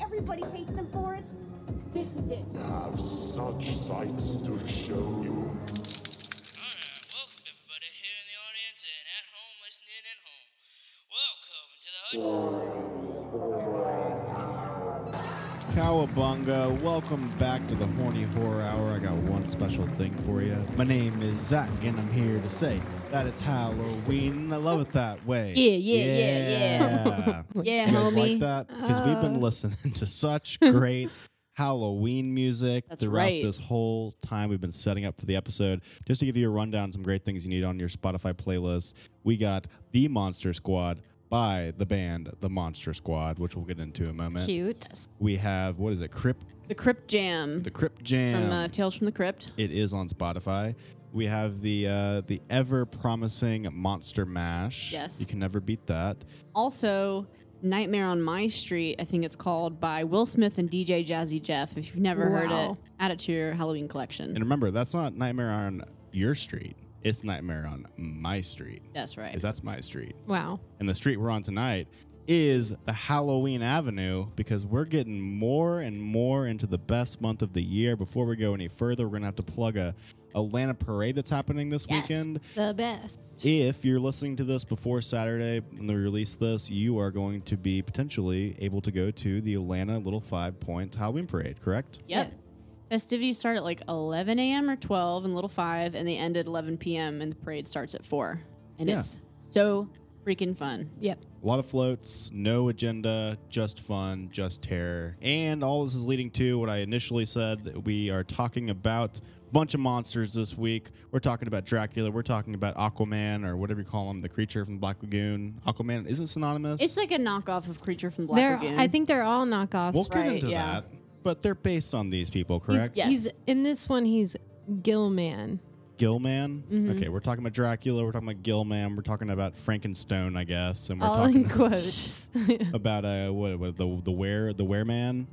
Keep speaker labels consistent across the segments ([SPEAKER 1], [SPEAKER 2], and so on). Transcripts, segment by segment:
[SPEAKER 1] everybody hates them for it? This is it.
[SPEAKER 2] have such sights to show you.
[SPEAKER 3] Alright, welcome to everybody here in the audience and at home listening at home. Welcome to the Hood.
[SPEAKER 4] Cowabunga, welcome back to the Horny Horror Hour. I got one special thing for you. My name is Zach, and I'm here to say that it's Halloween. and I love it that way.
[SPEAKER 5] Yeah, yeah, yeah,
[SPEAKER 4] yeah.
[SPEAKER 5] yeah. Yeah,
[SPEAKER 4] you guys like
[SPEAKER 5] homie. Uh.
[SPEAKER 4] that? Because we've been listening to such great Halloween music
[SPEAKER 5] That's
[SPEAKER 4] throughout
[SPEAKER 5] right.
[SPEAKER 4] this whole time we've been setting up for the episode. Just to give you a rundown, some great things you need on your Spotify playlist. We got The Monster Squad by the band The Monster Squad, which we'll get into in a moment.
[SPEAKER 5] Cute.
[SPEAKER 4] We have what is it? Crypt
[SPEAKER 5] The Crypt Jam
[SPEAKER 4] the Crypt Jam.
[SPEAKER 5] from uh, Tales from the Crypt.
[SPEAKER 4] it is on Spotify. We have the uh, the ever promising Monster Mash.
[SPEAKER 5] Yes.
[SPEAKER 4] you can never beat that.
[SPEAKER 5] Also, Nightmare on My Street, I think it's called, by Will Smith and DJ Jazzy Jeff. If you've never heard
[SPEAKER 6] Wow.
[SPEAKER 5] it, add it to your Halloween collection.
[SPEAKER 4] And remember, that's not Nightmare on Your Street. It's Nightmare on My Street.
[SPEAKER 5] That's right.
[SPEAKER 4] Because that's my street.
[SPEAKER 6] Wow.
[SPEAKER 4] And the street we're on tonight is the Halloween Avenue because we're getting more and more into the best month of the year. Before we go any further, we're going to have to plug a Atlanta parade that's happening this
[SPEAKER 5] Yes.
[SPEAKER 4] weekend.
[SPEAKER 6] The best.
[SPEAKER 4] If you're listening to this before Saturday when they release this, you are going to be potentially able to go to the Atlanta Little Five Points Halloween Parade, correct?
[SPEAKER 5] Yep. Festivities start at like 11 a.m. or 12 in Little Five, and they end at 11 p.m. and the parade starts at four. And
[SPEAKER 4] Yeah.
[SPEAKER 5] it's so freaking fun.
[SPEAKER 6] Yep.
[SPEAKER 4] A lot of floats, no agenda, just fun, just terror. And all this is leading to what I initially said that we are talking about a bunch of monsters this week. We're talking about Dracula, we're talking about Aquaman or whatever you call him, the creature from Black Lagoon. Aquaman isn't synonymous.
[SPEAKER 5] It's like a knockoff of Creature from Black
[SPEAKER 6] They're,
[SPEAKER 5] Lagoon.
[SPEAKER 6] I think they're all knockoffs.
[SPEAKER 4] we'll get
[SPEAKER 5] right,
[SPEAKER 4] into
[SPEAKER 5] yeah.
[SPEAKER 4] that. But they're based on these people,
[SPEAKER 6] He's-
[SPEAKER 4] correct?
[SPEAKER 5] Yes.
[SPEAKER 6] He's in this one. He's Gilman.
[SPEAKER 4] Gilman. Okay, we're talking about Dracula. We're talking about Gilman. We're talking about Frankenstone, I guess, and we're
[SPEAKER 6] all
[SPEAKER 4] talking
[SPEAKER 6] in quotes.
[SPEAKER 4] about uh, what, what the the were the were man.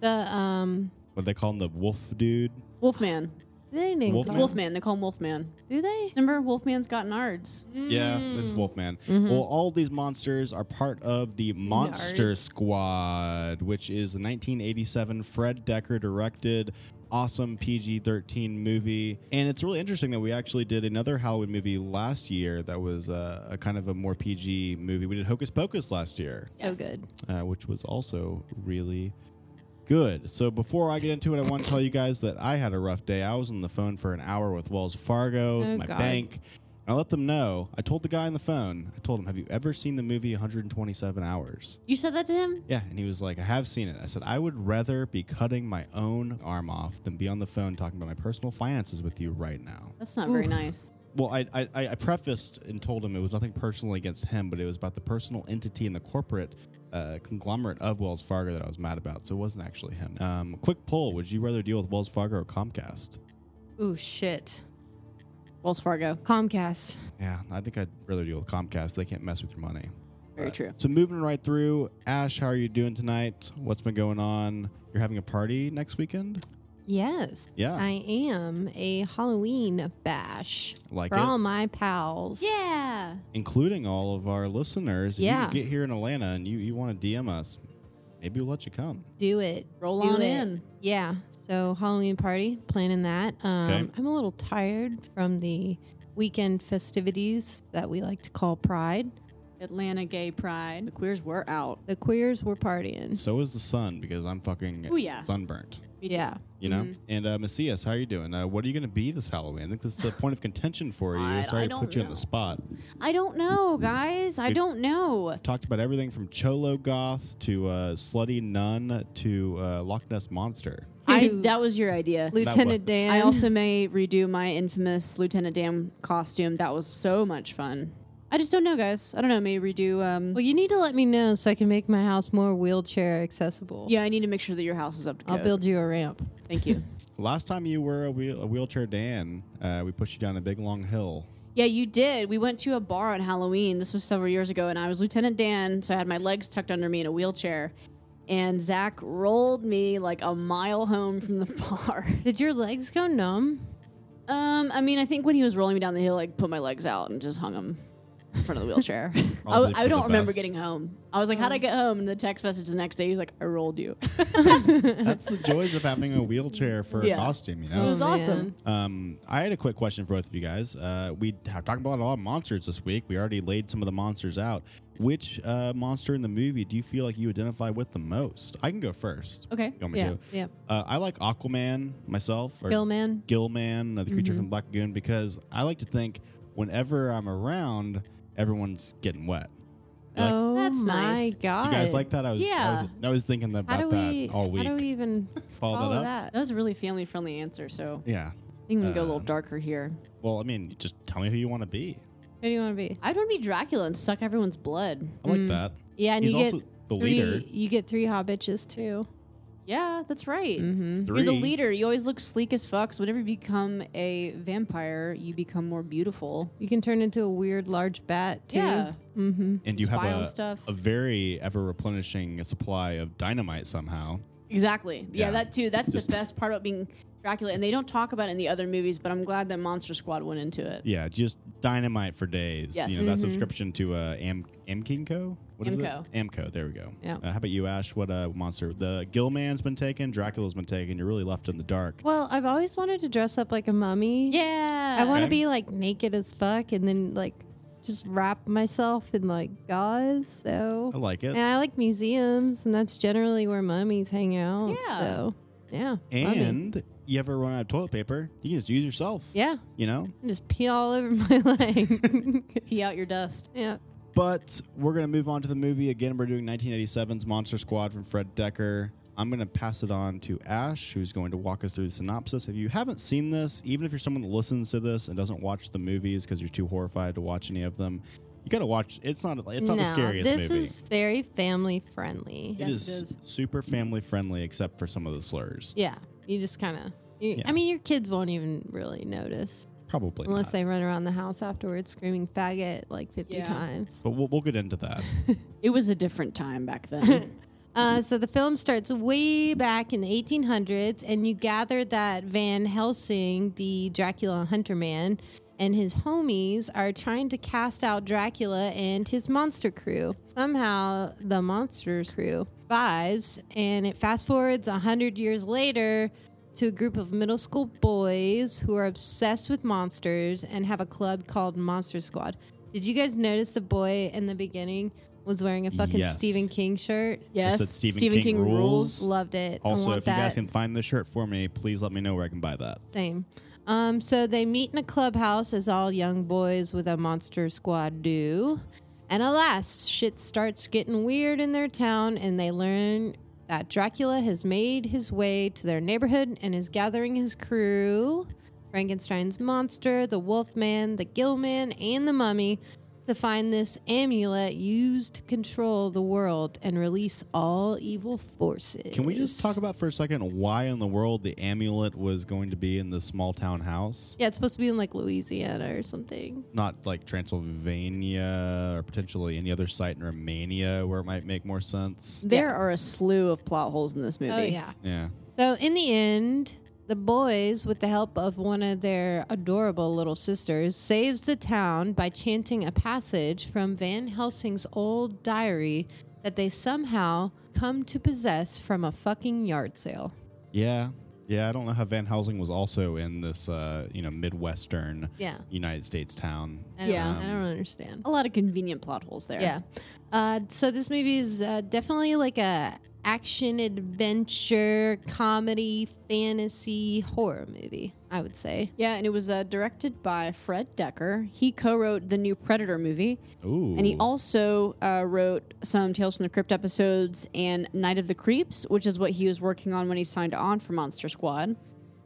[SPEAKER 6] the um,
[SPEAKER 4] What do they call him? The wolf dude.
[SPEAKER 5] Wolfman.
[SPEAKER 6] they didn't
[SPEAKER 4] Wolfman?
[SPEAKER 5] It's
[SPEAKER 6] call him-
[SPEAKER 5] Wolfman. They call him Wolfman.
[SPEAKER 6] Do they?
[SPEAKER 5] Remember, Wolfman's got nards.
[SPEAKER 4] Yeah, this is Wolfman. Well, all these monsters are part of the Monster Squad, which is a 1987 Fred Decker directed, awesome PG 13 movie. And it's really interesting that we actually did another Halloween movie last year that was uh, a kind of a more PG movie. We did Hocus Pocus last year,
[SPEAKER 5] Yes.
[SPEAKER 6] So good.
[SPEAKER 4] uh, which was also really good. So before I get into it, I want to tell you guys that I had a rough day. I was on the phone for an hour with Wells Fargo,
[SPEAKER 6] Oh,
[SPEAKER 4] my
[SPEAKER 6] God.
[SPEAKER 4] bank. And I let them know. I told the guy on the phone. I told him, "Have you ever seen the movie 127 Hours?"
[SPEAKER 5] You said that to him?
[SPEAKER 4] Yeah, and he was like, "I have seen it." I said, "I would rather be cutting my own arm off than be on the phone talking about my personal finances with you right now."
[SPEAKER 5] That's not very nice.
[SPEAKER 4] Well, I, I, I I prefaced and told him it was nothing personal against him, but it was about the personal entity and the corporate uh, conglomerate of Wells Fargo that I was mad about. So it wasn't actually him. Um, quick poll: Would you rather deal with Wells Fargo or Comcast?
[SPEAKER 6] Ooh shit.
[SPEAKER 5] Wells Fargo.
[SPEAKER 6] Comcast.
[SPEAKER 4] Yeah, I think I'd rather deal with Comcast. They can't mess with your money.
[SPEAKER 5] Very true.
[SPEAKER 4] So moving right through, Ash, how are you doing tonight? What's been going on? You're having a party next weekend?
[SPEAKER 6] Yes.
[SPEAKER 4] Yeah.
[SPEAKER 6] I am a Halloween bash
[SPEAKER 4] Like
[SPEAKER 6] for
[SPEAKER 4] it?
[SPEAKER 6] all my pals.
[SPEAKER 5] Yeah.
[SPEAKER 4] Including all of our listeners. If
[SPEAKER 6] Yeah.
[SPEAKER 4] you get here in Atlanta and you, you want to DM us, maybe we'll let you come.
[SPEAKER 6] Do it.
[SPEAKER 5] Roll
[SPEAKER 6] Do
[SPEAKER 5] on
[SPEAKER 6] it.
[SPEAKER 5] in.
[SPEAKER 6] Yeah. So Halloween party, planning that. Um,
[SPEAKER 4] Okay.
[SPEAKER 6] I'm a little tired from the weekend festivities that we like to call Pride.
[SPEAKER 5] Atlanta Gay Pride. The queers were out.
[SPEAKER 6] The queers were partying.
[SPEAKER 4] So is the sun because I'm fucking
[SPEAKER 5] Ooh, yeah. Mm-hmm.
[SPEAKER 4] sunburnt.
[SPEAKER 5] Me too.
[SPEAKER 6] yeah.
[SPEAKER 4] You know, and uh, Messias, how are you doing? Uh, what are you going to be this Halloween? I think this is a point of contention for you.
[SPEAKER 5] I-
[SPEAKER 4] Sorry
[SPEAKER 5] I
[SPEAKER 4] to put
[SPEAKER 5] don't
[SPEAKER 4] you on the
[SPEAKER 5] know.
[SPEAKER 4] spot.
[SPEAKER 5] I don't know, guys. I
[SPEAKER 4] Dude.
[SPEAKER 5] don't know.
[SPEAKER 4] Talked about everything from Cholo Goth to uh, Slutty Nun to uh, Loch Ness Monster.
[SPEAKER 5] I,
[SPEAKER 6] Dude.
[SPEAKER 5] that was your idea.
[SPEAKER 6] Lieutenant
[SPEAKER 4] was-
[SPEAKER 6] Dan.
[SPEAKER 5] I also may redo my infamous Lieutenant Dan costume. That was so much fun. I just don't know, guys. I don't know. Maybe redo. Um,
[SPEAKER 6] Well, you need to let me know so I can make my house more wheelchair accessible.
[SPEAKER 5] yeah, I need to make sure that your house is up to
[SPEAKER 6] I'll
[SPEAKER 5] code.
[SPEAKER 6] build you a ramp.
[SPEAKER 5] Thank you.
[SPEAKER 4] Last time you were a, wheel, a wheelchair Dan, uh, we pushed you down a big long hill.
[SPEAKER 5] yeah, you did. We went to a bar on Halloween. This was several years ago, and I was Lieutenant Dan, so I had my legs tucked under me in a wheelchair. And Zach rolled me like a mile home from the bar.
[SPEAKER 6] Did your legs go numb?
[SPEAKER 5] Um, I mean, I think when he was rolling me down the hill, I put my legs out and just hung them. in front of the wheelchair. I,
[SPEAKER 4] Probably for
[SPEAKER 5] I
[SPEAKER 4] the
[SPEAKER 5] don't remember
[SPEAKER 4] best.
[SPEAKER 5] getting home. I was like, how'd I get home? And the text message the next day, he was like, I rolled you.
[SPEAKER 4] That's the joys of having a wheelchair for
[SPEAKER 5] Yeah. Mm-hmm.
[SPEAKER 4] a costume, you
[SPEAKER 5] It
[SPEAKER 4] know?
[SPEAKER 5] was awesome.
[SPEAKER 4] Um, I had a quick question for both of you guys. Uh, we have talked about a lot of monsters this week. We already laid some of the monsters out. Which uh, monster in the movie do you feel like you identify with the most? I can go first.
[SPEAKER 5] Okay.
[SPEAKER 4] You want me
[SPEAKER 6] Yeah.
[SPEAKER 4] to?
[SPEAKER 6] Yeah.
[SPEAKER 4] Uh, I like Aquaman myself. Or
[SPEAKER 6] Gilman. Mm-hmm.
[SPEAKER 4] Gilman, uh, the creature from Black Lagoon, because I like to think whenever I'm around, everyone's getting wet. Like-
[SPEAKER 6] oh
[SPEAKER 5] That's
[SPEAKER 6] my
[SPEAKER 5] nice.
[SPEAKER 6] god.
[SPEAKER 4] Do you guys like that? I was, I
[SPEAKER 5] Yeah.
[SPEAKER 4] was, I was thinking
[SPEAKER 6] How do
[SPEAKER 4] about that
[SPEAKER 6] we?
[SPEAKER 4] all week.
[SPEAKER 6] How do we even
[SPEAKER 4] Follow, that up?
[SPEAKER 5] That was a really family friendly answer. So
[SPEAKER 4] Yeah.
[SPEAKER 5] I think we can go a little
[SPEAKER 4] Um,
[SPEAKER 5] darker here.
[SPEAKER 4] Well, I mean, just tell me who you want to be.
[SPEAKER 6] Who do you want to be?
[SPEAKER 5] I'd want to be Dracula and suck everyone's blood.
[SPEAKER 4] I
[SPEAKER 6] Mm.
[SPEAKER 4] like that.
[SPEAKER 6] Yeah, and
[SPEAKER 4] He's
[SPEAKER 6] you get
[SPEAKER 4] also the
[SPEAKER 6] three.
[SPEAKER 4] leader.
[SPEAKER 6] You get three hot bitches too.
[SPEAKER 5] Yeah, that's right.
[SPEAKER 6] Mm-hmm.
[SPEAKER 4] Three.
[SPEAKER 5] You're the leader. You always look sleek as fuck. So whenever you become a vampire, you become more beautiful.
[SPEAKER 6] You can turn into a weird large bat too.
[SPEAKER 5] Yeah.
[SPEAKER 6] Mm-hmm.
[SPEAKER 4] And you
[SPEAKER 5] Spy
[SPEAKER 4] have
[SPEAKER 5] on
[SPEAKER 4] a,
[SPEAKER 5] stuff.
[SPEAKER 4] a very ever replenishing supply of dynamite somehow.
[SPEAKER 5] Exactly. Yeah,
[SPEAKER 4] Yeah.
[SPEAKER 5] that too. That's
[SPEAKER 4] Just-
[SPEAKER 5] the best part about being Dracula. And they don't talk about it in the other movies, but I'm glad that Monster Squad went into it.
[SPEAKER 4] Yeah, just dynamite for days.
[SPEAKER 5] Yes.
[SPEAKER 4] You know, that subscription to uh, Am Amkinco? What is
[SPEAKER 5] Amco.
[SPEAKER 4] it? Amco. There we go.
[SPEAKER 6] Yeah.
[SPEAKER 4] Uh, how about you, Ash? What uh, monster? The Gillman's been taken. Dracula's been taken. You're really left in the dark.
[SPEAKER 6] Well, I've always wanted to dress up like a mummy.
[SPEAKER 5] Yeah.
[SPEAKER 6] I want to
[SPEAKER 4] Okay.
[SPEAKER 6] be like naked as fuck and then like just wrap myself in like gauze. So
[SPEAKER 4] I like it.
[SPEAKER 6] and I like museums, and that's generally where mummies hang out.
[SPEAKER 5] Yeah.
[SPEAKER 6] So yeah, mummy.
[SPEAKER 4] and you ever run out of toilet paper? You can just use yourself.
[SPEAKER 6] yeah,
[SPEAKER 4] You know?
[SPEAKER 6] and just pee all over my leg.
[SPEAKER 5] pee out your dust.
[SPEAKER 6] yeah,
[SPEAKER 4] But we're going to move on to the movie. Again, we're doing 1987's Monster Squad from Fred Decker. I'm going to pass it on to Ash, who's going to walk us through the synopsis. If you haven't seen this, even if you're someone that listens to this and doesn't watch the movies because you're too horrified to watch any of them, you got to watch. It's not. It's not
[SPEAKER 6] no,
[SPEAKER 4] the scariest
[SPEAKER 6] This
[SPEAKER 4] movie.
[SPEAKER 6] is very family friendly.
[SPEAKER 5] Yes, it is.
[SPEAKER 4] super family friendly, except for some of the slurs.
[SPEAKER 6] Yeah, you just kind of.
[SPEAKER 4] Yeah.
[SPEAKER 6] I mean, your kids won't even really notice
[SPEAKER 4] Probably
[SPEAKER 6] unless
[SPEAKER 4] not.
[SPEAKER 6] they run around the house afterwards screaming faggot like 50
[SPEAKER 5] Yeah.
[SPEAKER 6] times.
[SPEAKER 4] But we'll, we'll get into that.
[SPEAKER 5] It was a different time back then.
[SPEAKER 6] Uh, so the film starts way back in the 1800s, and you gather that Van Helsing, the Dracula hunter man, and his homies are trying to cast out Dracula and his monster crew. Somehow, the monster crew survives, and it fast forwards 100 years later to a group of middle school boys who are obsessed with monsters and have a club called Monster Squad. Did you guys notice the boy in the beginning was wearing a fucking
[SPEAKER 4] Yes.
[SPEAKER 6] Stephen King shirt?
[SPEAKER 5] yes.
[SPEAKER 4] said Stephen King rules.
[SPEAKER 6] Loved it. I
[SPEAKER 4] Also,
[SPEAKER 6] want
[SPEAKER 4] if you guys
[SPEAKER 6] that.
[SPEAKER 4] can find the shirt for me, please let me know where I can buy that.
[SPEAKER 6] Same. Um, so they meet in a clubhouse as all young boys with a monster squad do. And alas, shit starts getting weird in their town, and they learn that Dracula has made his way to their neighborhood and is gathering his crew Frankenstein's monster, the Wolfman, the Gillman, and the Mummy to find this amulet used to control the world and release all evil forces.
[SPEAKER 4] Can we just talk about for a second why in the world the amulet was going to be in the small town house,
[SPEAKER 6] Yeah, it's supposed to be in like Louisiana or something.
[SPEAKER 4] not like Transylvania or potentially any other site in Romania where it might make more sense?
[SPEAKER 5] There are a slew of plot holes in this movie.
[SPEAKER 6] Oh yeah.
[SPEAKER 4] Yeah.
[SPEAKER 6] So in the end, the boys, with the help of one of their adorable little sisters, saves the town by chanting a passage from Van Helsing's old diary that they somehow come to possess from a fucking yard sale.
[SPEAKER 4] Yeah. Yeah, I don't know how Van Helsing was also in this, uh, you know, Midwestern
[SPEAKER 6] Yeah.
[SPEAKER 4] United States town.
[SPEAKER 6] I don't,
[SPEAKER 5] Yeah.
[SPEAKER 6] I don't understand.
[SPEAKER 5] A lot of convenient plot holes there.
[SPEAKER 6] Oh, Yeah. Uh, so this movie is uh, definitely like a action adventure comedy fantasy horror movie. I would say.
[SPEAKER 5] Yeah, and it was uh, directed by Fred Decker. He co-wrote the new Predator movie,
[SPEAKER 4] Ooh.
[SPEAKER 5] and he also uh, wrote some Tales from the Crypt episodes and Night of the Creeps, which is what he was working on when he signed on for Monster Squad.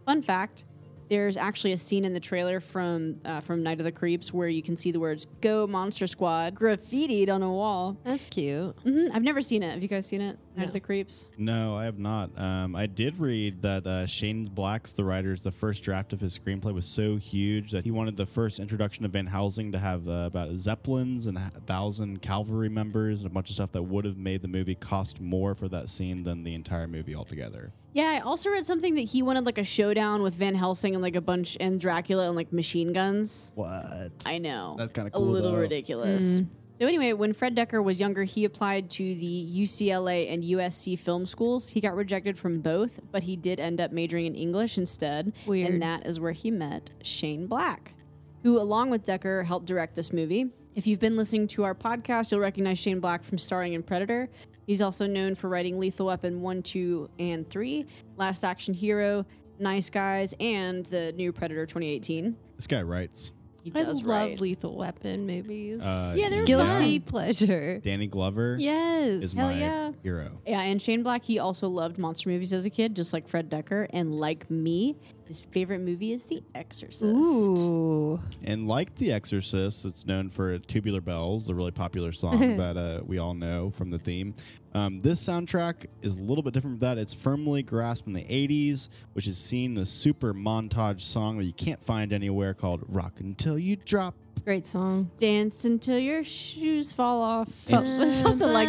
[SPEAKER 5] Fun fact: There's actually a scene in the trailer from uh, from Night of the Creeps where you can see the words "Go Monster Squad" graffitied on a wall.
[SPEAKER 6] That's cute.
[SPEAKER 5] hmm I've never seen it. Have you guys seen it? Night of
[SPEAKER 6] No.
[SPEAKER 5] the Creeps.
[SPEAKER 4] No, I have not. Um, I did read that uh, Shane Black's the writer's the first draft of his screenplay was so huge that he wanted the first introduction of Van Helsing to have uh, about zeppelins and a thousand cavalry members and a bunch of stuff that would have made the movie cost more for that scene than the entire movie altogether.
[SPEAKER 5] Yeah, I also read something that he wanted like a showdown with Van Helsing and and like a bunch and Dracula and like machine guns.
[SPEAKER 4] What?
[SPEAKER 5] I know.
[SPEAKER 4] That's kinda
[SPEAKER 5] A
[SPEAKER 4] cool,
[SPEAKER 5] little
[SPEAKER 4] though.
[SPEAKER 5] ridiculous.
[SPEAKER 6] Mm.
[SPEAKER 5] So anyway, when Fred Decker was younger, he applied to the UCLA and USC film schools. He got rejected from both, but he did end up majoring in English instead.
[SPEAKER 6] Weird.
[SPEAKER 5] And that is where he met Shane Black, who, along with Decker, helped direct this movie. If you've been listening to our podcast, you'll recognize Shane Black from starring in Predator. He's also known for writing Lethal Weapon 1, 2, and 3, Last Action Hero, Nice Guys, and the new Predator 2018.
[SPEAKER 4] This guy writes.
[SPEAKER 5] He
[SPEAKER 6] I
[SPEAKER 5] does
[SPEAKER 6] love
[SPEAKER 5] write.
[SPEAKER 6] Lethal Weapon movies.
[SPEAKER 4] Uh,
[SPEAKER 5] Yeah, they're
[SPEAKER 6] Guilty
[SPEAKER 5] fun.
[SPEAKER 6] pleasure.
[SPEAKER 4] Danny Glover
[SPEAKER 6] Yes.
[SPEAKER 4] is
[SPEAKER 5] Hell
[SPEAKER 4] my
[SPEAKER 5] yeah.
[SPEAKER 4] hero.
[SPEAKER 5] Yeah, and Shane Black, he also loved monster movies as a kid, just like Fred Decker. And like me, his favorite movie is The Exorcist.
[SPEAKER 6] Ooh.
[SPEAKER 4] And like The Exorcist, it's known for Tubular Bells, a really popular song that uh, we all know from the theme. Um, this soundtrack is a little bit different from that. It's firmly grasped in the 80s, which is seen in the super montage song that you can't find anywhere called Rock Until You Drop.
[SPEAKER 6] Great song.
[SPEAKER 5] Dance until your shoes fall off.
[SPEAKER 4] Some-
[SPEAKER 5] Something, something like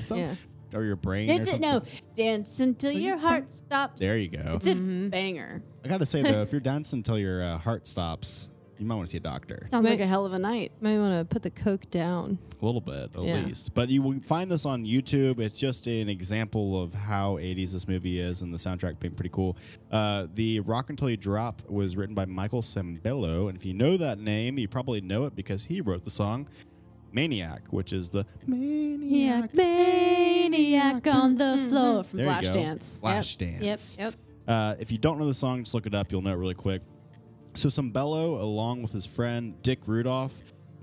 [SPEAKER 4] Some-
[SPEAKER 6] Yeah.
[SPEAKER 4] Or your brain. or
[SPEAKER 5] Dance it, no.
[SPEAKER 4] something.
[SPEAKER 5] Dance until your heart stops.
[SPEAKER 4] There you go.
[SPEAKER 5] It's a banger.
[SPEAKER 4] I got to say, though, if you're dancing until your uh, heart stops, you might want to see a doctor.
[SPEAKER 5] Sounds
[SPEAKER 6] Right.
[SPEAKER 5] like a hell of a night.
[SPEAKER 6] Might want to put the Coke down.
[SPEAKER 4] A little bit, at
[SPEAKER 6] Yeah.
[SPEAKER 4] least. But you will find this on YouTube. It's just an example of how 80s this movie is and the soundtrack being pretty cool. Uh, the Rock Until You Drop was written by Michael Sambello. And if you know that name, you probably know it because he wrote the song Maniac, which is the Maniac.
[SPEAKER 5] maniac on the floor from
[SPEAKER 4] There you go.
[SPEAKER 5] Flashdance.
[SPEAKER 4] Flashdance.
[SPEAKER 6] Yep.
[SPEAKER 4] Uh, if you don't know the song, just look it up. You'll know it really quick. So Sambello, along with his friend Dick Rudolph,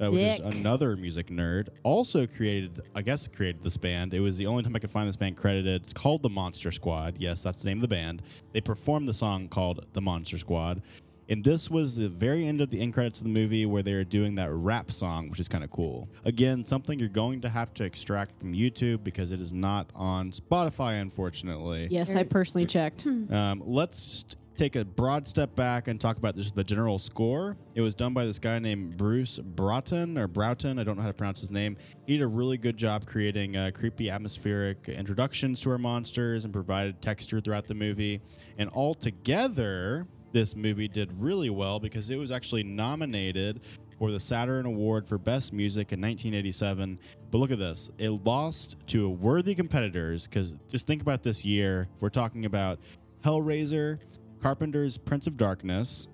[SPEAKER 4] uh, which is
[SPEAKER 6] Dick.
[SPEAKER 4] another music nerd, also created, I guess, created this band. It was the only time I could find this band credited. It's called the Monster Squad. Yes, that's the name of the band. They performed the song called the Monster Squad. And this was the very end of the end credits of the movie where they were doing that rap song, which is kind of cool. Again, something you're going to have to extract from YouTube because it is not on Spotify, unfortunately.
[SPEAKER 5] Yes, I personally checked.
[SPEAKER 4] Um, let's t- take a broad step back and talk about this, the general score. It was done by this guy named Bruce Broughton or Broughton. I don't know how to pronounce his name. He did a really good job creating uh, creepy, atmospheric introductions to our monsters and provided texture throughout the movie. And altogether, this movie did really well because it was actually nominated for the Saturn Award for Best Music in 1987. But look at this. It lost to worthy competitors because just think about this year. We're talking about Hellraiser, Carpenter's Prince of Darkness,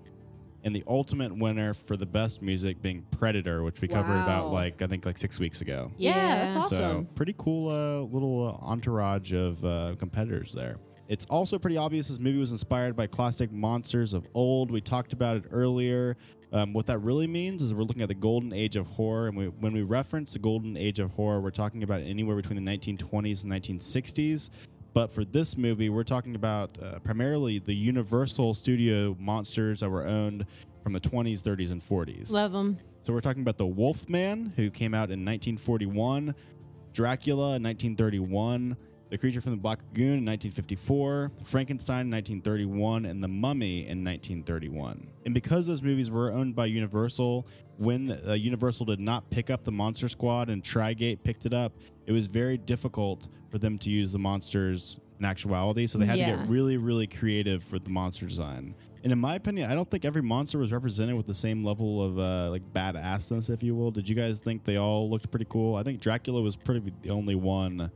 [SPEAKER 4] and the ultimate winner for the best music being Predator, which we covered about
[SPEAKER 5] Wow.
[SPEAKER 4] like I think like six weeks ago.
[SPEAKER 5] Yeah, that's
[SPEAKER 6] Yeah.
[SPEAKER 5] awesome.
[SPEAKER 4] So pretty cool uh, little uh, entourage of uh, competitors there. It's also pretty obvious this movie was inspired by classic monsters of old. We talked about it earlier. Um, what that really means is we're looking at the golden age of horror, and we, when we reference the golden age of horror, we're talking about anywhere between the 1920s and 1960s. But for this movie, we're talking about uh, primarily the Universal Studio monsters that were owned from the 20s, 30s, and 40s.
[SPEAKER 6] Love them.
[SPEAKER 4] So we're talking about the Wolfman, who came out in 1941, Dracula in 1931, The Creature from the Black Lagoon in 1954, Frankenstein in 1931, and The Mummy in 1931. And because those movies were owned by Universal, when uh, Universal did not pick up the Monster Squad and Trigate picked it up, it was very difficult for them to use the monsters in actuality. So they had to
[SPEAKER 6] Yeah.
[SPEAKER 4] get really, really creative for the monster design. And in my opinion, I don't think every monster was represented with the same level of uh, like badassness, if you will. Did you guys think they all looked pretty cool? I think Dracula was pretty the only one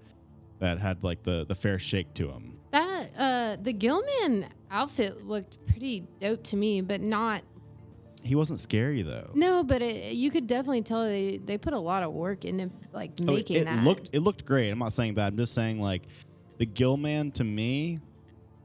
[SPEAKER 4] that had like the the fair shake to him.
[SPEAKER 6] That uh the Gilman outfit looked pretty dope to me, but not
[SPEAKER 4] He wasn't scary though.
[SPEAKER 6] no, but it, you could definitely tell they they put a lot of work into like
[SPEAKER 4] Oh, it-
[SPEAKER 6] making
[SPEAKER 4] it,
[SPEAKER 6] that.
[SPEAKER 4] looked it looked great. I'm not saying that. I'm just saying like the Gill Man to me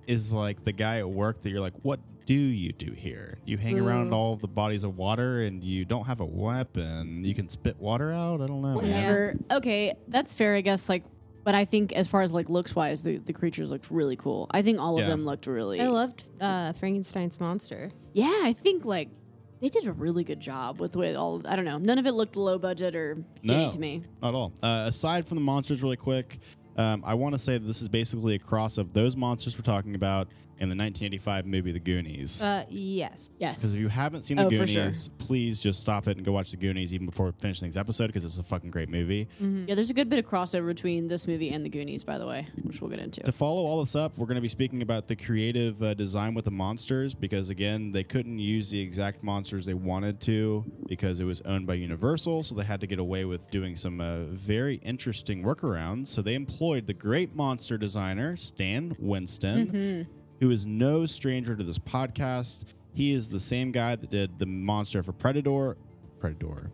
[SPEAKER 4] is like the guy at work that you're like, what do you do here? You hang around
[SPEAKER 6] Mm.
[SPEAKER 4] all the bodies of water and you don't have a weapon. You can spit water out. I don't know. man.
[SPEAKER 5] Whatever. Okay, that's fair, I guess. Like, but I think as far as like looks wise, the, the creatures looked really cool. I think all
[SPEAKER 4] Yeah.
[SPEAKER 5] of them looked really.
[SPEAKER 6] I loved uh Frankenstein's monster.
[SPEAKER 5] yeah, I think like they did a really good job with the way all. I don't know. None of it looked low budget or shitty
[SPEAKER 4] No.
[SPEAKER 5] to me.
[SPEAKER 4] Not at all. Uh, aside from the monsters, really quick, Um, I want to say that this is basically a cross of those monsters we're talking about in the 1985 movie The Goonies.
[SPEAKER 6] Uh, yes.
[SPEAKER 4] Because
[SPEAKER 5] Yes.
[SPEAKER 4] if you haven't seen The
[SPEAKER 5] Oh, for sure.
[SPEAKER 4] Goonies, please just stop it and go watch The Goonies even before finishing this episode because it's a fucking great movie.
[SPEAKER 5] Yeah, there's a good bit of crossover between this movie and The Goonies, by the way, which we'll get into.
[SPEAKER 4] To follow all this up, we're going to be speaking about the creative uh, design with the monsters because, again, they couldn't use the exact monsters they wanted to because it was owned by Universal. So they had to get away with doing some uh, very interesting workarounds. So they employed the great monster designer, Stan Winston,
[SPEAKER 5] Mm-hmm.
[SPEAKER 4] who is no stranger to this podcast. He is the same guy that did the monster for Predator, Predator,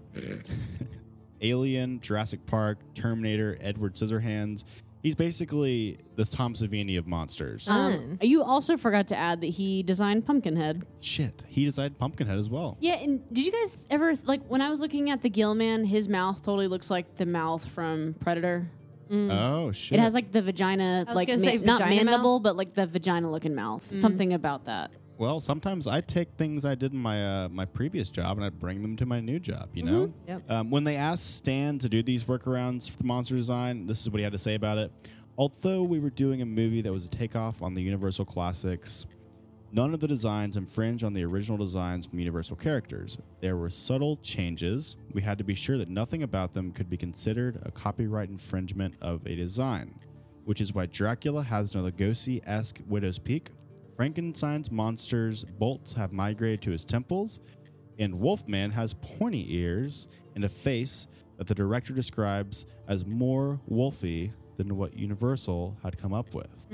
[SPEAKER 4] Alien, Jurassic Park, Terminator, Edward Scissorhands. He's basically the Tom Savini of monsters.
[SPEAKER 5] Um, you also forgot to add that he designed Pumpkinhead.
[SPEAKER 4] Shit, he designed Pumpkinhead as well.
[SPEAKER 5] Yeah, and did you guys ever like when I was looking at the Gill Man, his mouth totally looks like the mouth from Predator.
[SPEAKER 4] Oh shit!
[SPEAKER 5] Mm. It has like the vagina,
[SPEAKER 6] I was
[SPEAKER 5] like
[SPEAKER 6] gonna
[SPEAKER 5] ma-
[SPEAKER 6] say
[SPEAKER 5] not
[SPEAKER 6] vagina Mm-hmm.
[SPEAKER 5] mandible, but like the vagina-looking mouth. Something about that.
[SPEAKER 4] well, sometimes I take things I did in my uh, my previous job and I bring them to my new job. You know.
[SPEAKER 5] Mm-hmm.
[SPEAKER 6] Yep.
[SPEAKER 4] Um, when they asked Stan to do these workarounds for the monster design, this is what he had to say about it. Although we were doing a movie that was a takeoff on the Universal classics, none of the designs infringe on the original designs from Universal characters. There were subtle changes. We had to be sure that nothing about them could be considered a copyright infringement of a design, which is why Dracula has no Lugosi esque Widow's Peak, Frankenstein's monster's bolts have migrated to his temples, and Wolfman has pointy ears and a face that the director describes as more wolfy than what Universal had come up with.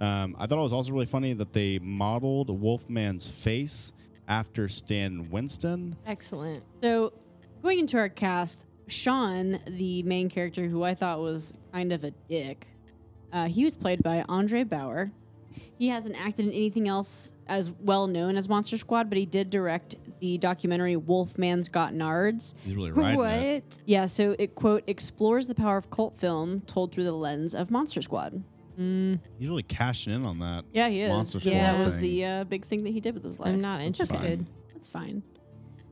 [SPEAKER 4] Um, I thought it was also really funny that they modeled Wolfman's face after Stan Winston.
[SPEAKER 6] Excellent.
[SPEAKER 5] So, going into our cast, Sean, the main character who I thought was kind of a dick, uh, he was played by Andre Bauer. He hasn't acted in anything else as well known as Monster Squad, but he did direct the documentary Wolfman's Got Nards.
[SPEAKER 4] He's really riding
[SPEAKER 6] What?
[SPEAKER 4] it.
[SPEAKER 5] Yeah, so it, quote, explores the power of cult film told through the lens of Monster Squad.
[SPEAKER 4] He's really cashing in on that.
[SPEAKER 5] Yeah, he is.
[SPEAKER 4] Monster
[SPEAKER 5] Because
[SPEAKER 6] Squad
[SPEAKER 5] That was
[SPEAKER 4] thing.
[SPEAKER 5] the uh, big thing that he did with his life.
[SPEAKER 6] I'm not interested.
[SPEAKER 5] That's fine.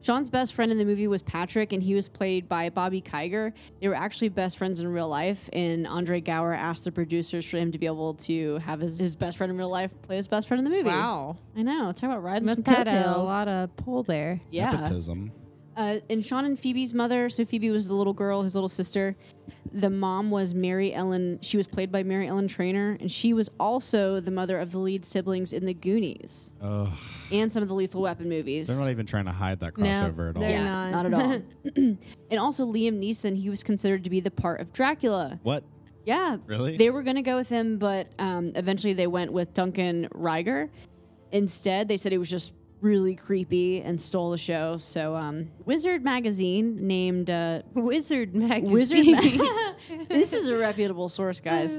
[SPEAKER 5] Sean's best friend in the movie was Patrick, and he was played by Bobby Kiger. They were actually best friends in real life, and Andre Gower asked the producers for him to be able to have his, his best friend in real life play his best friend in the movie.
[SPEAKER 6] Wow.
[SPEAKER 5] I know. Talk about riding
[SPEAKER 6] Must
[SPEAKER 5] some
[SPEAKER 6] have had
[SPEAKER 5] coattails.
[SPEAKER 6] a lot of pull there.
[SPEAKER 5] yeah.
[SPEAKER 4] Nepotism.
[SPEAKER 5] Uh, and Sean and Phoebe's mother, so Phoebe was the little girl, his little sister. The mom was Mary Ellen. She was played by Mary Ellen Trainer, and she was also the mother of the lead siblings in the Goonies
[SPEAKER 4] Ugh.
[SPEAKER 5] and some of the Lethal Weapon movies.
[SPEAKER 4] They're not even trying to hide that
[SPEAKER 6] No,
[SPEAKER 4] crossover at all.
[SPEAKER 6] they're
[SPEAKER 5] Yeah,
[SPEAKER 6] not.
[SPEAKER 5] not at all. uh, and also Liam Neeson, he was considered to be the part of Dracula.
[SPEAKER 4] What?
[SPEAKER 5] Yeah,
[SPEAKER 4] Really?
[SPEAKER 5] they were going to go with him, but um, eventually they went with Duncan Ryger. Instead, they said he was just really creepy and stole the show. So um, Wizard Magazine named uh,
[SPEAKER 6] Wizard magazine.
[SPEAKER 5] Wizard. Ma- this is a reputable source, guys.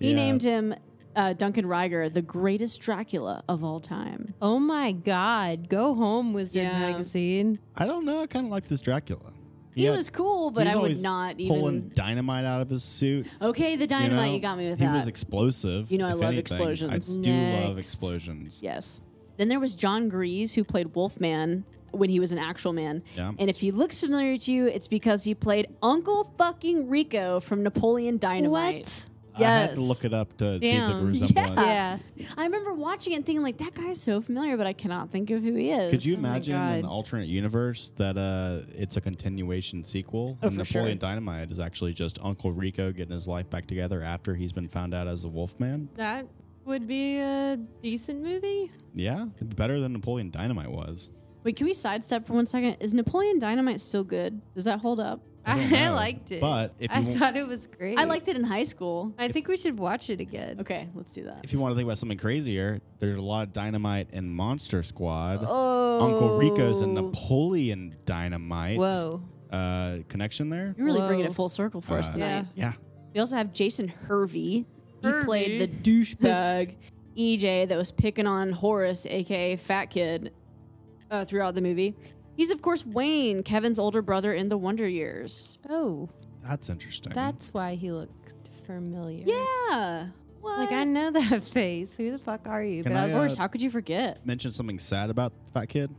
[SPEAKER 5] He
[SPEAKER 4] Yeah.
[SPEAKER 5] named him uh, Duncan Ryger, the greatest Dracula of all time.
[SPEAKER 6] oh my God. Go home, Wizard
[SPEAKER 5] Yeah.
[SPEAKER 6] magazine.
[SPEAKER 4] I don't know. I kind of like this Dracula.
[SPEAKER 5] He
[SPEAKER 4] Yeah,
[SPEAKER 5] was cool, but
[SPEAKER 4] he's
[SPEAKER 5] I would
[SPEAKER 4] always
[SPEAKER 5] not
[SPEAKER 4] pulling
[SPEAKER 5] even.
[SPEAKER 4] dynamite out of his suit.
[SPEAKER 5] Okay, the
[SPEAKER 4] You
[SPEAKER 5] dynamite you,
[SPEAKER 4] know?
[SPEAKER 5] got me with
[SPEAKER 4] he
[SPEAKER 5] that.
[SPEAKER 4] was explosive.
[SPEAKER 5] You know I
[SPEAKER 4] if
[SPEAKER 5] love
[SPEAKER 4] anything.
[SPEAKER 5] explosions.
[SPEAKER 4] I do love
[SPEAKER 6] Next.
[SPEAKER 4] explosions.
[SPEAKER 5] Yes. Then there was John Grease, who played Wolfman when he was an actual man.
[SPEAKER 4] Yeah.
[SPEAKER 5] And if he looks familiar to you, it's because he played Uncle fucking Rico from Napoleon Dynamite.
[SPEAKER 6] What?
[SPEAKER 4] I had
[SPEAKER 5] Yes.
[SPEAKER 4] to look it up to see the
[SPEAKER 6] Damn.
[SPEAKER 4] resemblance.
[SPEAKER 6] Yeah.
[SPEAKER 5] I remember watching it and thinking, like, that guy's so familiar, but I cannot think of who he is.
[SPEAKER 4] Could you
[SPEAKER 6] my
[SPEAKER 4] imagine an
[SPEAKER 6] God.
[SPEAKER 4] alternate universe that uh, it's a continuation sequel?
[SPEAKER 5] Oh,
[SPEAKER 4] and
[SPEAKER 5] for
[SPEAKER 4] Napoleon
[SPEAKER 5] sure.
[SPEAKER 4] Dynamite is actually just Uncle Rico getting his life back together after he's been found out as a wolfman.
[SPEAKER 6] That would be a decent movie.
[SPEAKER 4] Yeah, better than Napoleon Dynamite was.
[SPEAKER 5] Wait, can we sidestep for one second? Is Napoleon Dynamite still good? Does that hold up?
[SPEAKER 4] I don't
[SPEAKER 6] I,
[SPEAKER 4] know.
[SPEAKER 6] liked it.
[SPEAKER 4] But if you
[SPEAKER 6] I
[SPEAKER 4] want-
[SPEAKER 6] thought it was great.
[SPEAKER 5] I liked it in high school.
[SPEAKER 6] I think we should watch it again.
[SPEAKER 5] Okay, let's do that.
[SPEAKER 4] If you want to think about something crazier, there's a lot of Dynamite and Monster Squad.
[SPEAKER 5] oh,
[SPEAKER 4] Uncle Rico's and Napoleon Dynamite.
[SPEAKER 6] Whoa.
[SPEAKER 4] Uh, connection there?
[SPEAKER 5] You're really bringing
[SPEAKER 6] Whoa.
[SPEAKER 5] it full circle for us
[SPEAKER 4] Uh,
[SPEAKER 5] tonight.
[SPEAKER 4] Yeah.
[SPEAKER 6] Yeah.
[SPEAKER 5] We also have Jason Hervey. He
[SPEAKER 6] Hervey.
[SPEAKER 5] played the douchebag EJ that was picking on Horace, aka Fat Kid, uh, throughout the movie. He's of course Wayne, Kevin's older brother in the Wonder Years.
[SPEAKER 6] Oh,
[SPEAKER 4] That's interesting.
[SPEAKER 6] that's why he looked familiar.
[SPEAKER 5] Yeah. What?
[SPEAKER 6] Like, I know that face. Who the fuck are you?
[SPEAKER 4] Can
[SPEAKER 6] but I
[SPEAKER 4] I,
[SPEAKER 6] was
[SPEAKER 5] of course.
[SPEAKER 4] uh,
[SPEAKER 5] How could you forget?
[SPEAKER 4] Mention something sad about Fat Kid.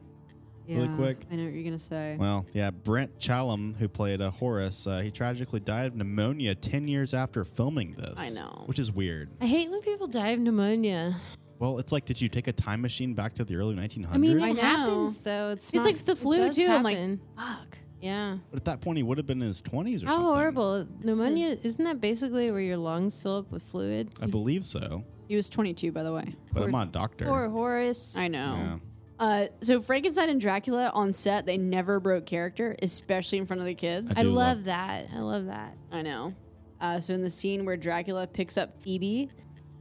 [SPEAKER 4] really
[SPEAKER 5] Yeah,
[SPEAKER 4] quick.
[SPEAKER 5] I know what you're gonna say.
[SPEAKER 4] Well, yeah, Brent Chalum, who played uh, Horace, uh, he tragically died of pneumonia 10 years after filming this.
[SPEAKER 5] I know.
[SPEAKER 4] Which is weird.
[SPEAKER 6] I hate when people die of pneumonia.
[SPEAKER 4] Well, it's like, did you take a time machine back to the early 1900s?
[SPEAKER 6] I mean,
[SPEAKER 5] I
[SPEAKER 6] it
[SPEAKER 5] know.
[SPEAKER 6] happens though. It's,
[SPEAKER 5] It's
[SPEAKER 6] not-
[SPEAKER 5] like the
[SPEAKER 6] it
[SPEAKER 5] flu
[SPEAKER 6] does
[SPEAKER 5] too. I'm like,
[SPEAKER 6] happen.
[SPEAKER 5] fuck.
[SPEAKER 6] yeah.
[SPEAKER 4] but at that point, he would have been in his 20s or
[SPEAKER 6] How
[SPEAKER 4] something.
[SPEAKER 6] horrible! Pneumonia isn't that basically where your lungs fill up with fluid?
[SPEAKER 4] I believe so,
[SPEAKER 5] He was 22, by the way.
[SPEAKER 4] but
[SPEAKER 6] Poor-
[SPEAKER 4] I'm not a doctor.
[SPEAKER 6] Poor Horace.
[SPEAKER 5] I know.
[SPEAKER 4] Yeah.
[SPEAKER 5] Uh, so Frankenstein and Dracula on set, they never broke character, especially in front of the kids.
[SPEAKER 4] I
[SPEAKER 6] I
[SPEAKER 4] do
[SPEAKER 6] love
[SPEAKER 4] love-
[SPEAKER 6] that. I love that.
[SPEAKER 5] I know. Uh, so in the scene where Dracula picks up Phoebe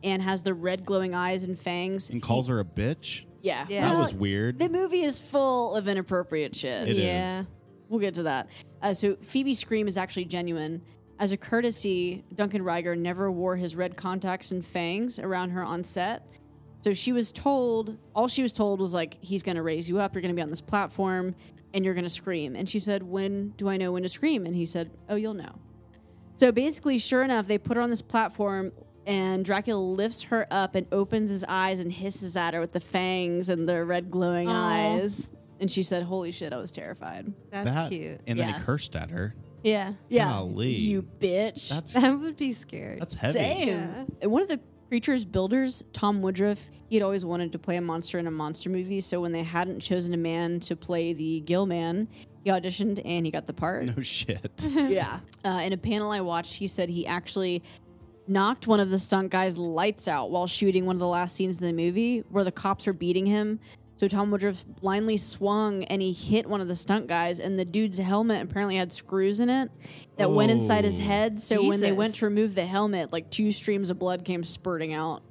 [SPEAKER 5] and has the red glowing eyes and fangs,
[SPEAKER 4] And calls her a bitch?
[SPEAKER 5] yeah,
[SPEAKER 6] Yeah.
[SPEAKER 4] That
[SPEAKER 5] Well,
[SPEAKER 4] was weird.
[SPEAKER 5] the movie is full of inappropriate shit.
[SPEAKER 4] It is.
[SPEAKER 6] yeah.
[SPEAKER 5] We'll get to that. Uh, so Phoebe's scream is actually genuine. As a courtesy, Duncan Ryger never wore his red contacts and fangs around her on set. So she was told, all she was told was like, he's going to raise you up. You're going to be on this platform and you're going to scream. And she said, when do I know when to scream? And he said, oh, you'll know. So basically, sure enough, they put her on this platform and Dracula lifts her up and opens his eyes and hisses at her with the fangs and the red glowing
[SPEAKER 6] Aw.
[SPEAKER 5] eyes. And she said, holy shit, I was terrified.
[SPEAKER 6] That's
[SPEAKER 4] That-
[SPEAKER 6] cute.
[SPEAKER 4] And then
[SPEAKER 5] Yeah.
[SPEAKER 4] he cursed at her.
[SPEAKER 6] Yeah.
[SPEAKER 5] Yeah.
[SPEAKER 4] Golly.
[SPEAKER 5] You bitch.
[SPEAKER 4] That's
[SPEAKER 6] That would be scared.
[SPEAKER 4] that's heavy.
[SPEAKER 5] Damn.
[SPEAKER 6] Yeah.
[SPEAKER 5] And One of the creatures builders, Tom Woodruff, he'd always wanted to play a monster in a monster movie. So when they hadn't chosen a man to play the Gill Man, he auditioned and he got the part.
[SPEAKER 4] No shit.
[SPEAKER 5] yeah. Uh, in a panel I watched, he said he actually knocked one of the stunt guy's lights out while shooting one of the last scenes in the movie where the cops are beating him. So Tom Woodruff blindly swung and he hit one of the stunt guys, and the dude's helmet apparently had screws in it that went inside his
[SPEAKER 4] Oh.
[SPEAKER 5] head. So when they went
[SPEAKER 6] Jesus.
[SPEAKER 5] to remove the helmet, like two streams of blood came spurting out.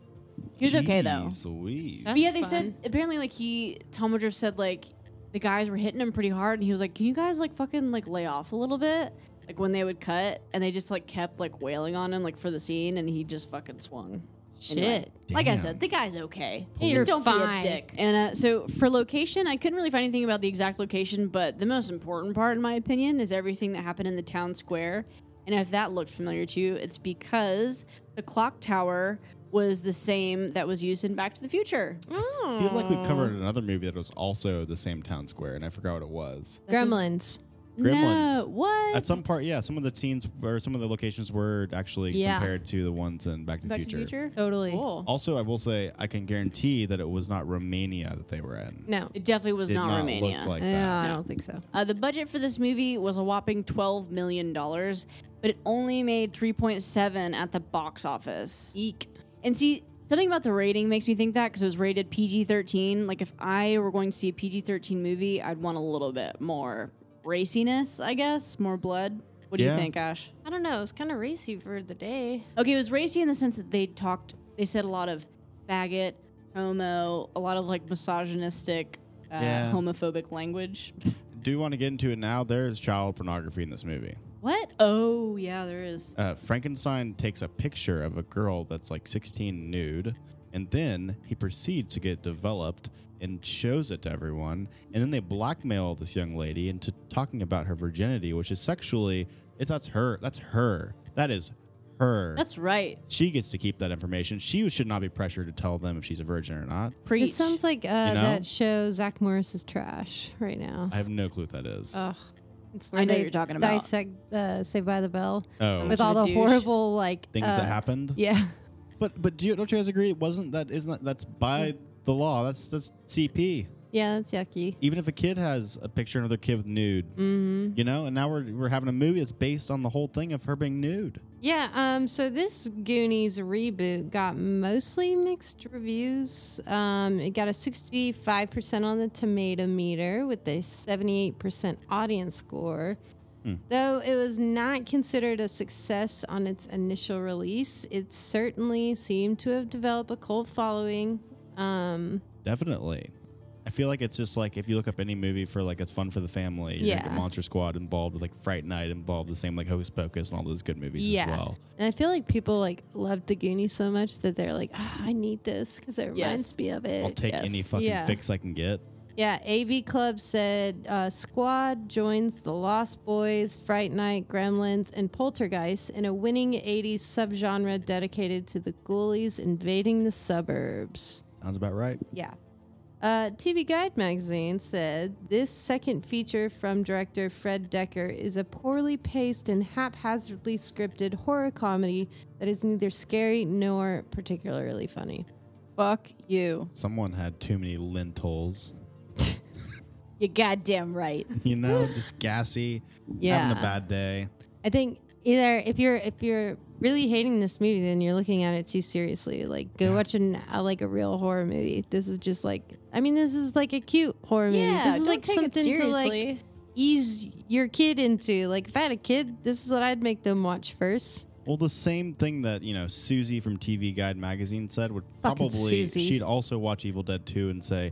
[SPEAKER 5] He was okay though.
[SPEAKER 4] Jeez Louise.
[SPEAKER 6] That's
[SPEAKER 5] But yeah, they
[SPEAKER 6] fun.
[SPEAKER 5] said apparently like he Tom Woodruff said like the guys were hitting him pretty hard, and he was like, "Can you guys like fucking like lay off a little bit?" Like when they would cut, and they just like kept like wailing on him like for the scene, and he just fucking swung.
[SPEAKER 6] shit.
[SPEAKER 5] Anyway, Like I
[SPEAKER 4] Damn.
[SPEAKER 5] said, the guy's okay.
[SPEAKER 6] Hey, you're
[SPEAKER 5] Don't
[SPEAKER 6] fine.
[SPEAKER 5] be a dick. And uh, so for location, I couldn't really find anything about the exact location, but the most important part, in my opinion, is everything that happened in the town square. And if that looked familiar to you, it's because the clock tower was the same that was used in Back to the Future.
[SPEAKER 6] Oh.
[SPEAKER 4] I feel like we've covered another movie that was also the same town square, and I forgot what it was.
[SPEAKER 6] Gremlins.
[SPEAKER 5] No,
[SPEAKER 4] Gremlins.
[SPEAKER 5] what?
[SPEAKER 4] At some part, yeah, some of the teens or some of the locations were actually
[SPEAKER 6] Yeah.
[SPEAKER 4] compared to the ones in Back to the
[SPEAKER 5] Back
[SPEAKER 4] Future.
[SPEAKER 5] to the Future.
[SPEAKER 6] Totally.
[SPEAKER 5] Cool.
[SPEAKER 4] Also, I will say I can guarantee that it was not Romania that they were in.
[SPEAKER 6] No.
[SPEAKER 5] It definitely was
[SPEAKER 4] Did
[SPEAKER 5] not,
[SPEAKER 4] not
[SPEAKER 5] Romania.
[SPEAKER 4] look like
[SPEAKER 6] no,
[SPEAKER 4] that.
[SPEAKER 6] I don't think so.
[SPEAKER 5] Uh, the budget for this movie was a whopping twelve million dollars, but it only made three point seven at the box office.
[SPEAKER 6] Eek.
[SPEAKER 5] And see, something about the rating makes me think that because it was rated PG thirteen. Like if I were going to see a PG thirteen movie, I'd want a little bit more raciness, I guess, more blood. What do
[SPEAKER 4] Yeah.
[SPEAKER 5] you think, Ash?
[SPEAKER 6] I don't know. It's kind of racy for the day.
[SPEAKER 5] Okay, it was racy in the sense that they talked, they said a lot of faggot, homo, a lot of like misogynistic, uh,
[SPEAKER 4] Yeah.
[SPEAKER 5] homophobic language.
[SPEAKER 4] Do you want to get into it now? There's child pornography in this movie.
[SPEAKER 5] What? Oh, yeah, there is.
[SPEAKER 4] Uh, Frankenstein takes a picture of a girl that's like 16 nude, and then he proceeds to get developed and shows it to everyone. And then they blackmail this young lady into talking about her virginity, which is sexually. If that's her, that's her. That is her.
[SPEAKER 5] That's right.
[SPEAKER 4] she gets to keep that information. She should not be pressured to tell them if she's a virgin or not.
[SPEAKER 5] Preach.
[SPEAKER 6] This sounds like uh,
[SPEAKER 4] know?
[SPEAKER 6] that show Zach Morris is trash right now.
[SPEAKER 4] I have no clue what that is.
[SPEAKER 6] Ugh. It's
[SPEAKER 5] I know
[SPEAKER 6] they
[SPEAKER 5] what you're talking about.
[SPEAKER 6] Dissect uh, Saved by the Bell
[SPEAKER 4] oh,
[SPEAKER 5] Bunch
[SPEAKER 6] with
[SPEAKER 5] of
[SPEAKER 6] all the
[SPEAKER 5] douche.
[SPEAKER 6] horrible like
[SPEAKER 4] things
[SPEAKER 6] uh,
[SPEAKER 4] that happened.
[SPEAKER 6] Yeah.
[SPEAKER 4] But but do you, don't you guys agree? It wasn't that isn't that, that's
[SPEAKER 6] Mm.
[SPEAKER 4] by the law. That's that's CP.
[SPEAKER 6] Yeah, that's yucky.
[SPEAKER 4] Even if a kid has a picture of another kid with nude,
[SPEAKER 6] Mm-hmm.
[SPEAKER 4] you know, and now we're we're having a movie that's based on the whole thing of her being nude.
[SPEAKER 6] Yeah, um, so this Goonies reboot got mostly mixed reviews. Um, it got a 65% on the tomato meter with a 78% audience score.
[SPEAKER 4] Hmm.
[SPEAKER 6] Though it was not considered a success on its initial release, it certainly seemed to have developed a cult following. Um,
[SPEAKER 4] Definitely. I feel like it's just like if you look up any movie for like it's fun for the family, you're gonna
[SPEAKER 6] Yeah.
[SPEAKER 4] get Monster Squad involved with like Fright Night involved, the same like Hocus Pocus and all those good movies
[SPEAKER 6] Yeah.
[SPEAKER 4] as well.
[SPEAKER 6] and I feel like people like loved the Goonies so much that they're like, "Ah, I need this because it reminds me of it.
[SPEAKER 4] I'll take
[SPEAKER 5] yes.
[SPEAKER 4] any fucking
[SPEAKER 6] Uh, Yeah.
[SPEAKER 4] fix I can get.
[SPEAKER 6] Yeah, AV Club said uh, Squad joins the Lost Boys, Fright Night, Gremlins, and Poltergeist in a winning 80s subgenre dedicated to the ghoulies invading the suburbs.
[SPEAKER 4] Sounds about right.
[SPEAKER 6] Yeah. Uh, TV Guide magazine said this second feature from director Fred Decker is a poorly paced and haphazardly scripted horror comedy that is neither scary nor particularly funny.
[SPEAKER 5] Fuck you.
[SPEAKER 4] Someone had too many lentils.
[SPEAKER 5] You goddamn right.
[SPEAKER 4] You know, just gassy, having a
[SPEAKER 6] Yeah.
[SPEAKER 4] bad day.
[SPEAKER 6] I think either if you're if you're really hating this movie, then you're looking at it too seriously. Like go watch an uh, like a real horror movie. This is just like I mean, this is like a cute horror movie. This is like something to like ease your kid into. Like if I had a kid, this is what I'd make them watch first.
[SPEAKER 4] Well, the same thing that you know Susie from TV Guide magazine said would
[SPEAKER 6] Fucking
[SPEAKER 4] probably
[SPEAKER 6] Susie.
[SPEAKER 4] she'd also watch Evil Dead Two and say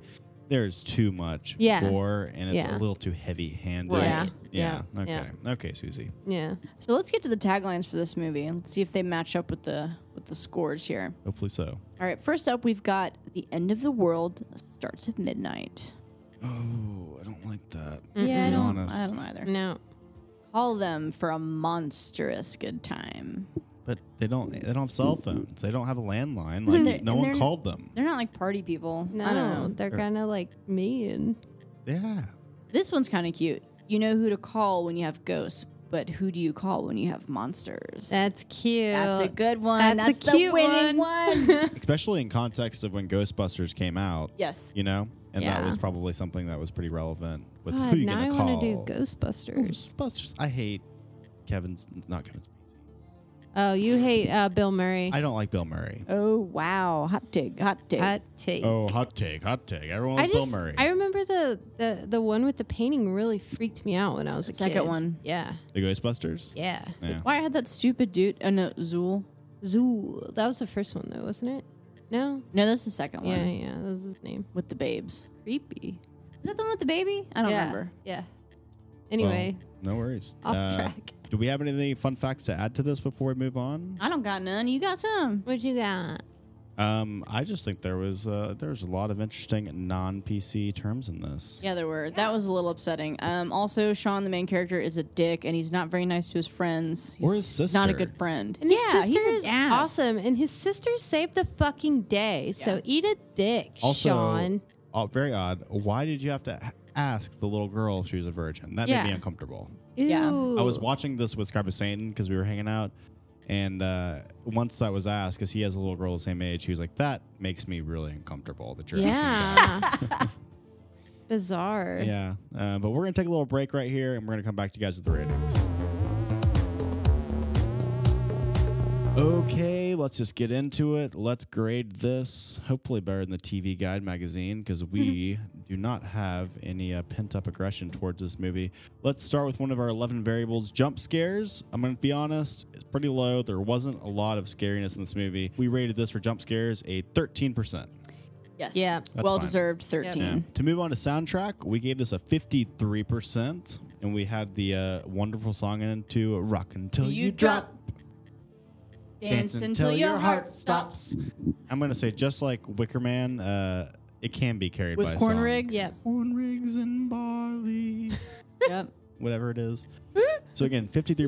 [SPEAKER 4] there's too much
[SPEAKER 6] Yeah.
[SPEAKER 4] gore and it's
[SPEAKER 6] Yeah.
[SPEAKER 4] a little too heavy-handed.
[SPEAKER 6] Right. Yeah.
[SPEAKER 4] Yeah.
[SPEAKER 6] Yeah.
[SPEAKER 4] Okay. Okay, Susie.
[SPEAKER 6] Yeah.
[SPEAKER 5] So let's get to the taglines for this movie and see if they match up with the with the scores here.
[SPEAKER 4] Hopefully so.
[SPEAKER 5] All right, first up we've got the end of the world starts at midnight.
[SPEAKER 4] Oh, I don't like that.
[SPEAKER 6] Mm.
[SPEAKER 5] Yeah, I
[SPEAKER 4] Be
[SPEAKER 5] don't,
[SPEAKER 4] honest.
[SPEAKER 5] I don't either.
[SPEAKER 6] No.
[SPEAKER 5] Call them for a monstrous good time.
[SPEAKER 4] But they don't. They don't have cell phones. They don't have a landline.
[SPEAKER 5] And they're-
[SPEAKER 4] Like no
[SPEAKER 5] and
[SPEAKER 4] one
[SPEAKER 5] they're-
[SPEAKER 4] called them.
[SPEAKER 5] They're not like party people.
[SPEAKER 6] No.
[SPEAKER 5] I don't know.
[SPEAKER 6] They're kind of like mean.
[SPEAKER 4] Yeah.
[SPEAKER 5] This one's kind of cute. You know who to call when you have ghosts, but who do you call when you have monsters?
[SPEAKER 6] That's cute.
[SPEAKER 5] That's a good one.
[SPEAKER 6] That's a
[SPEAKER 5] That's,
[SPEAKER 6] cute
[SPEAKER 5] the winning one.
[SPEAKER 4] Especially in context of when Ghostbusters came out.
[SPEAKER 5] yes.
[SPEAKER 4] You know, and that
[SPEAKER 6] Yeah.
[SPEAKER 4] was probably something that was pretty relevant with
[SPEAKER 6] God,
[SPEAKER 4] who you
[SPEAKER 6] now I
[SPEAKER 4] gonna
[SPEAKER 6] want
[SPEAKER 4] call.
[SPEAKER 6] to do Ghostbusters.
[SPEAKER 4] Ghostbusters. I hate Kevin's. Not Kevin's.
[SPEAKER 6] Oh, you hate uh, Bill Murray.
[SPEAKER 4] I don't like Bill Murray.
[SPEAKER 5] Oh wow, hot dig, hot dig.
[SPEAKER 6] Hot take.
[SPEAKER 4] Oh, hot take, hot take. Everyone
[SPEAKER 6] I
[SPEAKER 4] loves Bill
[SPEAKER 6] just,
[SPEAKER 4] Murray.
[SPEAKER 6] I remember the, the the one with the painting really freaked me out when I was a
[SPEAKER 5] Second
[SPEAKER 6] kid.
[SPEAKER 5] one.
[SPEAKER 6] Yeah,
[SPEAKER 4] the Ghostbusters.
[SPEAKER 6] yeah.
[SPEAKER 4] Yeah.
[SPEAKER 5] Why I had that stupid dude? Oh no, Zool.
[SPEAKER 6] Zool. That was the first one though, wasn't it? No.
[SPEAKER 5] No, that's the second
[SPEAKER 6] Yeah,
[SPEAKER 5] one
[SPEAKER 6] yeah. That was his name.
[SPEAKER 5] with the babes.
[SPEAKER 6] Creepy.
[SPEAKER 5] Is that the one with the baby? I don't
[SPEAKER 6] yeah.
[SPEAKER 5] remember.
[SPEAKER 6] Yeah. Anyway,
[SPEAKER 4] Well, no worries.
[SPEAKER 6] off
[SPEAKER 4] Uh,
[SPEAKER 6] track.
[SPEAKER 4] Do we have any fun facts to add to this before we move on?
[SPEAKER 5] I don't got none. You got some.
[SPEAKER 6] What you got?
[SPEAKER 4] Um, I just think there was uh, there was a lot of interesting non PC terms in this.
[SPEAKER 5] Yeah, there were. That was a little upsetting. Um, also, Sean, the main character, is a dick, and he's not very nice to his friends. He's
[SPEAKER 4] Or his
[SPEAKER 5] Not
[SPEAKER 4] sister.
[SPEAKER 5] a good friend.
[SPEAKER 6] And his
[SPEAKER 5] yeah,
[SPEAKER 6] sister
[SPEAKER 5] he's an
[SPEAKER 6] is
[SPEAKER 5] ass.
[SPEAKER 6] awesome, and his sister saved the fucking day. So eat a dick,
[SPEAKER 4] Also,
[SPEAKER 6] Sean.
[SPEAKER 4] oh, very odd. Why did you have to h- ask the little girl if she was a virgin? That
[SPEAKER 6] Yeah.
[SPEAKER 4] made me uncomfortable.
[SPEAKER 6] Ew.
[SPEAKER 5] yeah.
[SPEAKER 4] I was watching this with Scribe of Satan because we were hanging out. And uh, once that was asked, because he has a little girl the same age, he was like, "That makes me really uncomfortable." That you're asking that."
[SPEAKER 6] Yeah. Bizarre.
[SPEAKER 4] Yeah, uh, but we're gonna take a little break right here, and we're gonna come back to you guys with the ratings. Okay, let's just get into it. Let's grade this. Hopefully, better than the TV Guide magazine because we do not have any uh, pent up aggression towards this movie. Let's start with one of our 11 variables jump scares. I'm going to be honest, it's pretty low. There wasn't a lot of scariness in this movie. We rated this for jump scares a 13%.
[SPEAKER 5] Yes.
[SPEAKER 6] Yeah.
[SPEAKER 4] That's
[SPEAKER 5] well
[SPEAKER 4] fine.
[SPEAKER 5] deserved. Thirteen.
[SPEAKER 4] Yeah. To move on to soundtrack, we gave this a 53%, and we had the uh, wonderful song into Rock Until You, Drop.
[SPEAKER 5] Dance until your heart stops.
[SPEAKER 4] I'm going to say, just like Wicker Man, uh, it can be carried
[SPEAKER 5] With
[SPEAKER 4] by
[SPEAKER 5] corn
[SPEAKER 4] song.
[SPEAKER 5] rigs?
[SPEAKER 6] Yep.
[SPEAKER 4] Corn rigs and barley,
[SPEAKER 5] yep.
[SPEAKER 4] whatever it is. So again, 53%.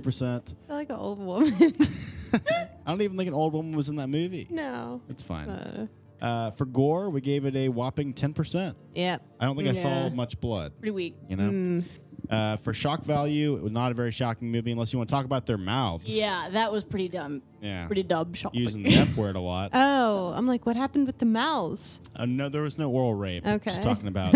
[SPEAKER 6] I feel like an old woman.
[SPEAKER 4] I don't even think an old woman was in that movie.
[SPEAKER 6] no.
[SPEAKER 4] It's fine.
[SPEAKER 6] Uh,
[SPEAKER 4] Uh, for gore, we gave it a whopping 10%.
[SPEAKER 6] yeah.
[SPEAKER 4] I don't think I saw
[SPEAKER 5] Yeah.
[SPEAKER 4] much blood.
[SPEAKER 5] Pretty weak.
[SPEAKER 4] you know.
[SPEAKER 6] Hmm.
[SPEAKER 4] Uh, for shock value, it was not a very shocking movie unless you want to talk about their mouths.
[SPEAKER 5] Yeah, that was pretty dumb.
[SPEAKER 4] yeah.
[SPEAKER 5] Pretty dumb shopping.
[SPEAKER 4] Using the F word a lot.
[SPEAKER 6] Oh, I'm like, what happened with the mouths?
[SPEAKER 4] Uh, no, there was no oral rape.
[SPEAKER 6] Okay.
[SPEAKER 4] Just talking about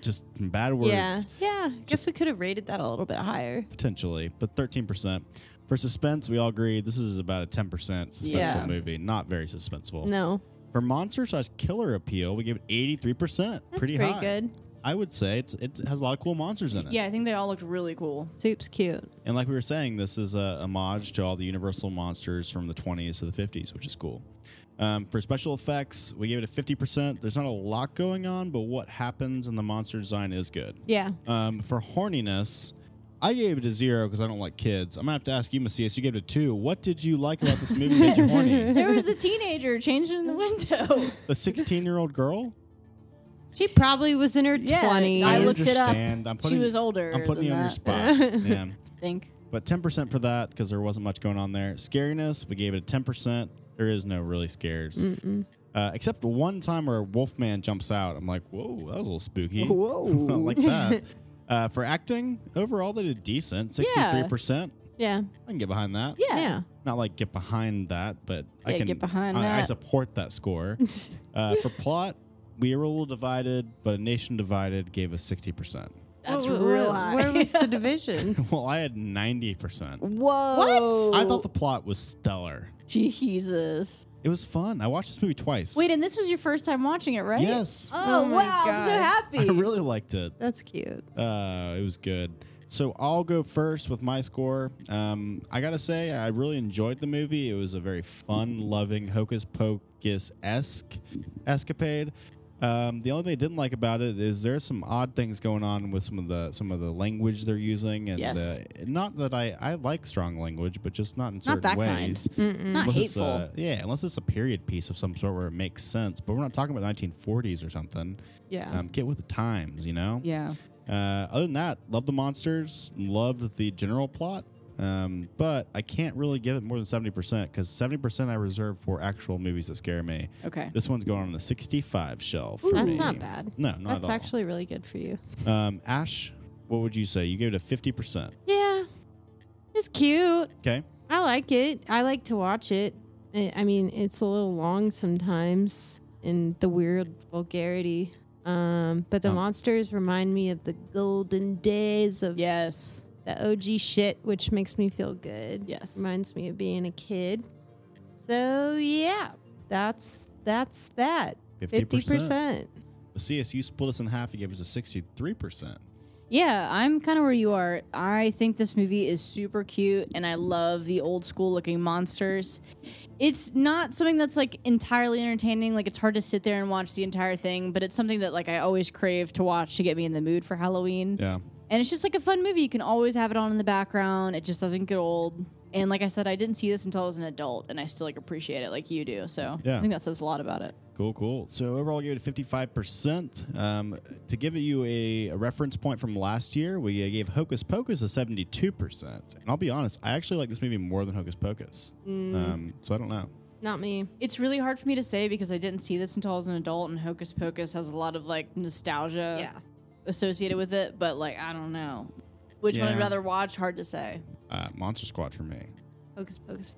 [SPEAKER 4] just bad words
[SPEAKER 6] Yeah. Yeah. Guess we could have rated that a little bit higher.
[SPEAKER 4] potentially, but thirteen percent. For suspense, we all agree this is about a ten percent suspenseful
[SPEAKER 6] Yeah.
[SPEAKER 4] movie. Not very suspenseful.
[SPEAKER 6] No.
[SPEAKER 4] For monster slash killer appeal, we gave it eighty three percent.
[SPEAKER 6] That's
[SPEAKER 4] Pretty
[SPEAKER 6] pretty,
[SPEAKER 4] high.
[SPEAKER 6] good.
[SPEAKER 4] I would say it's it has a lot of cool monsters in it.
[SPEAKER 5] yeah, I think they all looked really cool.
[SPEAKER 6] Soup's cute.
[SPEAKER 4] And like we were saying, this is a homage to all the Universal monsters from the 20s to the 50s, which is cool. Um, for special effects, we gave it a 50%. There's not a lot going on, but what happens in the monster design is good.
[SPEAKER 6] Yeah.
[SPEAKER 4] Um, for horniness, I gave it a zero because I don't like kids. I'm gonna have to ask you, Macias. You gave it a two. What did you like about this movie? that made you horny?
[SPEAKER 5] There was the teenager changing the window.
[SPEAKER 4] The 16 year old girl.
[SPEAKER 6] She probably was in her
[SPEAKER 5] Yeah,
[SPEAKER 6] 20s.
[SPEAKER 5] I looked it up.
[SPEAKER 4] understand. I'm putting,
[SPEAKER 5] she was older.
[SPEAKER 4] I'm putting
[SPEAKER 5] than
[SPEAKER 4] you on your
[SPEAKER 5] that,
[SPEAKER 4] spot. yeah.
[SPEAKER 5] I think.
[SPEAKER 4] But 10% for that because there wasn't much going on there. Scariness, we gave it a 10%. There is no really scares. Uh, Uh, except one time where Wolfman jumps out. I'm like, whoa, that was a little spooky.
[SPEAKER 5] Whoa.
[SPEAKER 4] like that. Uh, for acting, overall, they did decent 63%.
[SPEAKER 6] Yeah.
[SPEAKER 4] I can get behind that.
[SPEAKER 5] Yeah.
[SPEAKER 6] Yeah.
[SPEAKER 4] Not like get behind that, but I
[SPEAKER 5] Yeah,
[SPEAKER 4] can
[SPEAKER 5] get behind
[SPEAKER 4] I, I
[SPEAKER 5] that.
[SPEAKER 4] support that score. uh, for plot, we were a little divided, but a nation divided gave us 60%.
[SPEAKER 5] That's
[SPEAKER 6] Wh- wh-
[SPEAKER 5] real
[SPEAKER 6] wh-
[SPEAKER 5] high.
[SPEAKER 6] Where was the division?
[SPEAKER 4] Well, I had 90%.
[SPEAKER 5] Whoa. Mm.
[SPEAKER 4] I thought the plot was stellar.
[SPEAKER 5] Jesus.
[SPEAKER 4] It was fun. I watched this movie twice.
[SPEAKER 5] Wait, and this was your first time watching it, right?
[SPEAKER 4] Yes.
[SPEAKER 5] Oh,
[SPEAKER 6] Oh my
[SPEAKER 5] wow. I'm so
[SPEAKER 6] God.
[SPEAKER 5] happy.
[SPEAKER 4] I really liked it.
[SPEAKER 6] That's cute.
[SPEAKER 4] Uh, it was good. So I'll go first with my score. Um, I gotta say, I really enjoyed the movie. It was a very fun, loving, hocus pocus esque escapade. Um, the only thing I didn't like about it is there's some odd things going on with some of the some of the language they're using, and
[SPEAKER 5] Yes.
[SPEAKER 4] the, not that I I like strong language, but just not in certain
[SPEAKER 5] Not that kind.
[SPEAKER 4] ways.
[SPEAKER 5] Not
[SPEAKER 4] Unless it's
[SPEAKER 5] hateful.
[SPEAKER 4] a- yeah, unless it's a period piece of some sort where it makes sense, but we're not talking about 1940s or something.
[SPEAKER 6] Yeah.
[SPEAKER 4] Um, get with the times, you know.
[SPEAKER 5] yeah.
[SPEAKER 4] Uh, other than that, love the monsters, loved the general plot, um, but I can't really give it more than 70% because 70% I reserve for actual movies that scare me.
[SPEAKER 5] Okay.
[SPEAKER 4] This one's going on the 65 shelf. for
[SPEAKER 6] That's
[SPEAKER 4] me.
[SPEAKER 6] not bad.
[SPEAKER 4] No, not
[SPEAKER 6] That's
[SPEAKER 4] at all.
[SPEAKER 6] actually really good for you.
[SPEAKER 4] Um, Ash, what would you say? You gave it a 50%.
[SPEAKER 6] Yeah. It's cute.
[SPEAKER 4] Okay.
[SPEAKER 6] I like it. I like to watch it. I I mean, it's a little long sometimes and the weird vulgarity. Um, but the
[SPEAKER 4] Um.
[SPEAKER 6] monsters remind me of the golden days of
[SPEAKER 5] Yes.
[SPEAKER 6] the OG shit, which makes me feel good.
[SPEAKER 5] Yes.
[SPEAKER 6] Reminds me of being a kid. So yeah, that's that's that.
[SPEAKER 4] 50%.
[SPEAKER 6] Fifty percent.
[SPEAKER 4] The CSU split us in half. You gave us a 63%.
[SPEAKER 5] Yeah, I'm kind of where you are. I think this movie is super cute and I love the old school looking monsters. It's not something that's like entirely entertaining. Like, it's hard to sit there and watch the entire thing, but it's something that like I always crave to watch to get me in the mood for Halloween.
[SPEAKER 4] Yeah.
[SPEAKER 5] And it's just like a fun movie. You can always have it on in the background. It just doesn't get old. And like I said, I didn't see this until I was an adult, and I still like appreciate it like you do. So
[SPEAKER 4] Yeah.
[SPEAKER 5] I think that says a lot about it.
[SPEAKER 4] Cool, cool. So overall, I gave it a 55%. Um, to give you a, a reference point from last year, we uh, gave Hocus Pocus a 72%. And I'll be honest, I actually like this movie more than Hocus Pocus.
[SPEAKER 6] Mm.
[SPEAKER 4] Um, so I don't know.
[SPEAKER 6] Not me.
[SPEAKER 5] It's really hard for me to say because I didn't see this until I was an adult, and Hocus Pocus has a lot of like nostalgia associated with it. But like I don't know which one
[SPEAKER 4] Yeah.
[SPEAKER 5] I'd rather watch. Hard to say.
[SPEAKER 4] Uh, Monster Squad for me.
[SPEAKER 6] Hocus pocus.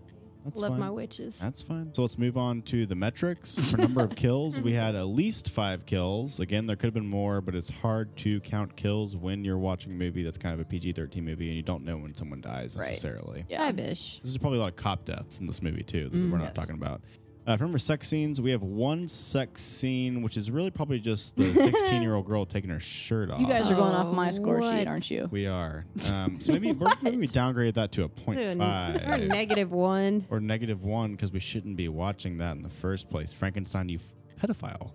[SPEAKER 4] That's
[SPEAKER 6] Love
[SPEAKER 4] fine.
[SPEAKER 6] my witches.
[SPEAKER 4] That's fine. So let's move on to the metrics. For number of kills, we had at least five kills. Again, there could have been more, but it's hard to count kills when you're watching a movie that's kind of a PG 13 movie and you don't know when someone dies
[SPEAKER 5] Right.
[SPEAKER 4] necessarily.
[SPEAKER 5] Yeah.
[SPEAKER 6] Five ish.
[SPEAKER 4] There's probably a lot of cop deaths in this movie too that we're not
[SPEAKER 5] Mm, yes.
[SPEAKER 4] talking about. Uh, if I remember sex scenes. We have one sex scene, which is really probably just the 16 year old girl taking her shirt off.
[SPEAKER 5] You guys are going off my
[SPEAKER 6] Oh,
[SPEAKER 5] score
[SPEAKER 6] what?
[SPEAKER 5] sheet, aren't you?
[SPEAKER 4] we are. Um, so maybe we're, maybe we downgrade that to a point
[SPEAKER 6] Or
[SPEAKER 4] five
[SPEAKER 6] negative one.
[SPEAKER 4] or negative one because we shouldn't be watching that in the first place. Frankenstein, you f- pedophile.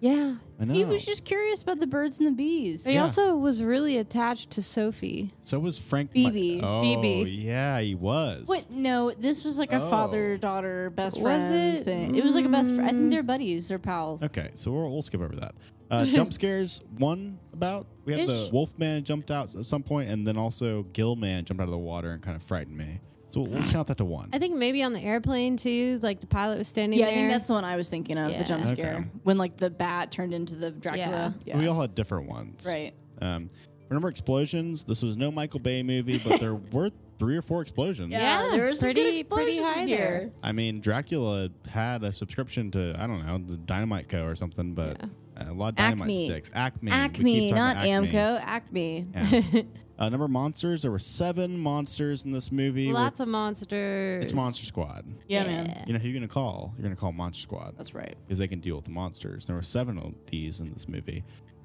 [SPEAKER 6] Yeah.
[SPEAKER 4] I know.
[SPEAKER 5] He was just curious about the birds and the bees.
[SPEAKER 6] He
[SPEAKER 4] Yeah.
[SPEAKER 6] also was really attached to Sophie.
[SPEAKER 4] so was Frank.
[SPEAKER 5] Phoebe.
[SPEAKER 4] Oh
[SPEAKER 6] Phoebe.
[SPEAKER 4] yeah, he was.
[SPEAKER 5] Wait, no, this was like a
[SPEAKER 4] Oh.
[SPEAKER 5] father daughter best
[SPEAKER 6] Was
[SPEAKER 5] friend
[SPEAKER 6] it?
[SPEAKER 5] thing. It Mm. was like a best friend. I think they're buddies, they're pals.
[SPEAKER 4] Okay, so we'll, we'll skip over that. Uh, jump scares, one about. We had the
[SPEAKER 6] Ish.
[SPEAKER 4] Wolfman jumped out at some point, and then also Gillman jumped out of the water and kind of frightened me. So we'll, we'll count that to one.
[SPEAKER 6] I think maybe on the airplane too. Like the pilot was standing
[SPEAKER 5] Yeah, I
[SPEAKER 6] there.
[SPEAKER 5] think that's the one I was thinking of,
[SPEAKER 6] Yeah.
[SPEAKER 5] the jump
[SPEAKER 4] Okay.
[SPEAKER 5] scare. When like the bat turned into the Dracula. Yeah.
[SPEAKER 4] We all had different ones.
[SPEAKER 5] right.
[SPEAKER 4] Um, remember explosions? This was no Michael Bay movie, but there were three or four explosions.
[SPEAKER 6] Yeah,
[SPEAKER 5] there was some good
[SPEAKER 6] pretty- pretty
[SPEAKER 5] explosions
[SPEAKER 6] high there.
[SPEAKER 4] I mean, Dracula had a subscription to I don't know the Dynamite Co or something, but a lot of Dynamite
[SPEAKER 5] Acme.
[SPEAKER 4] sticks. Acme. We keep
[SPEAKER 5] Acme,
[SPEAKER 4] talking
[SPEAKER 5] not
[SPEAKER 4] about Acme.
[SPEAKER 5] Amco, Acme.
[SPEAKER 4] Yeah. uh, number of monsters. There were seven monsters in this movie. We're-
[SPEAKER 6] Lots of monsters.
[SPEAKER 4] It's Monster Squad.
[SPEAKER 5] Yeah, man.
[SPEAKER 4] You know who you're gonna call? You're gonna call Monster Squad
[SPEAKER 5] That's right.
[SPEAKER 4] because they can deal with the monsters. There were seven of these in this movie.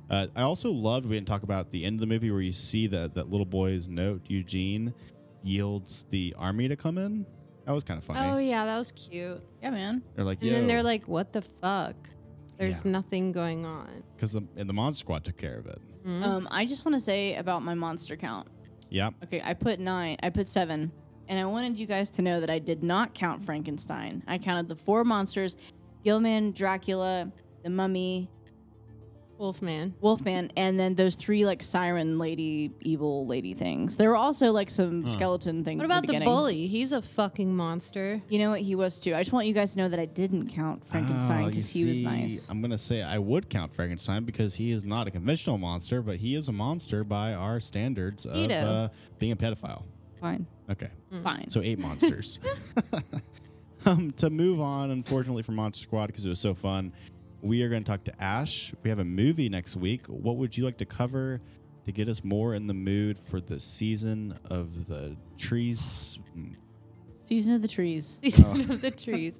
[SPEAKER 4] Uh, I also loved we didn't talk about the end of the movie where you see that that little boy's note. Eugene yields the army to come in. That was kind of funny.
[SPEAKER 6] Oh yeah, that was cute.
[SPEAKER 5] Yeah, man.
[SPEAKER 4] They're like,
[SPEAKER 6] And then
[SPEAKER 4] "Yo,"
[SPEAKER 6] they're like, "What the fuck? There's
[SPEAKER 4] Yeah.
[SPEAKER 6] nothing going on."
[SPEAKER 4] because the, and the Monster Squad took care of it.
[SPEAKER 5] Um, I just want to say about my monster count.
[SPEAKER 4] Yeah,
[SPEAKER 5] Okay, I put nine. I put seven, and I wanted you guys to know that I did not count Frankenstein. I counted the four monsters: Gilman, Dracula, the Mummy,
[SPEAKER 6] Wolfman.
[SPEAKER 5] Wolfman, and then those three like siren lady, evil lady things. There were also like some skeleton things.
[SPEAKER 6] What
[SPEAKER 5] in
[SPEAKER 6] about
[SPEAKER 5] the,
[SPEAKER 6] the,
[SPEAKER 5] beginning.
[SPEAKER 6] bully? He's a fucking monster.
[SPEAKER 5] You know what he was too. I just want you guys to know that I didn't count Frankenstein
[SPEAKER 4] Oh, you
[SPEAKER 5] because he was
[SPEAKER 4] see,
[SPEAKER 5] nice.
[SPEAKER 4] I'm gonna say I would count Frankenstein because he is not a conventional monster, but he is a monster by our standards of
[SPEAKER 6] Pedo.
[SPEAKER 4] uh, being a pedophile.
[SPEAKER 5] Fine,
[SPEAKER 4] Okay,
[SPEAKER 5] fine.
[SPEAKER 4] so eight monsters. um, to move on, unfortunately for Monster Squad because it was so fun, we are going to talk to Ash. We have a movie next week. What would you like to cover to get us more in the mood for the season of the trees? Mm,
[SPEAKER 5] Season of the Trees.
[SPEAKER 6] Season of the trees.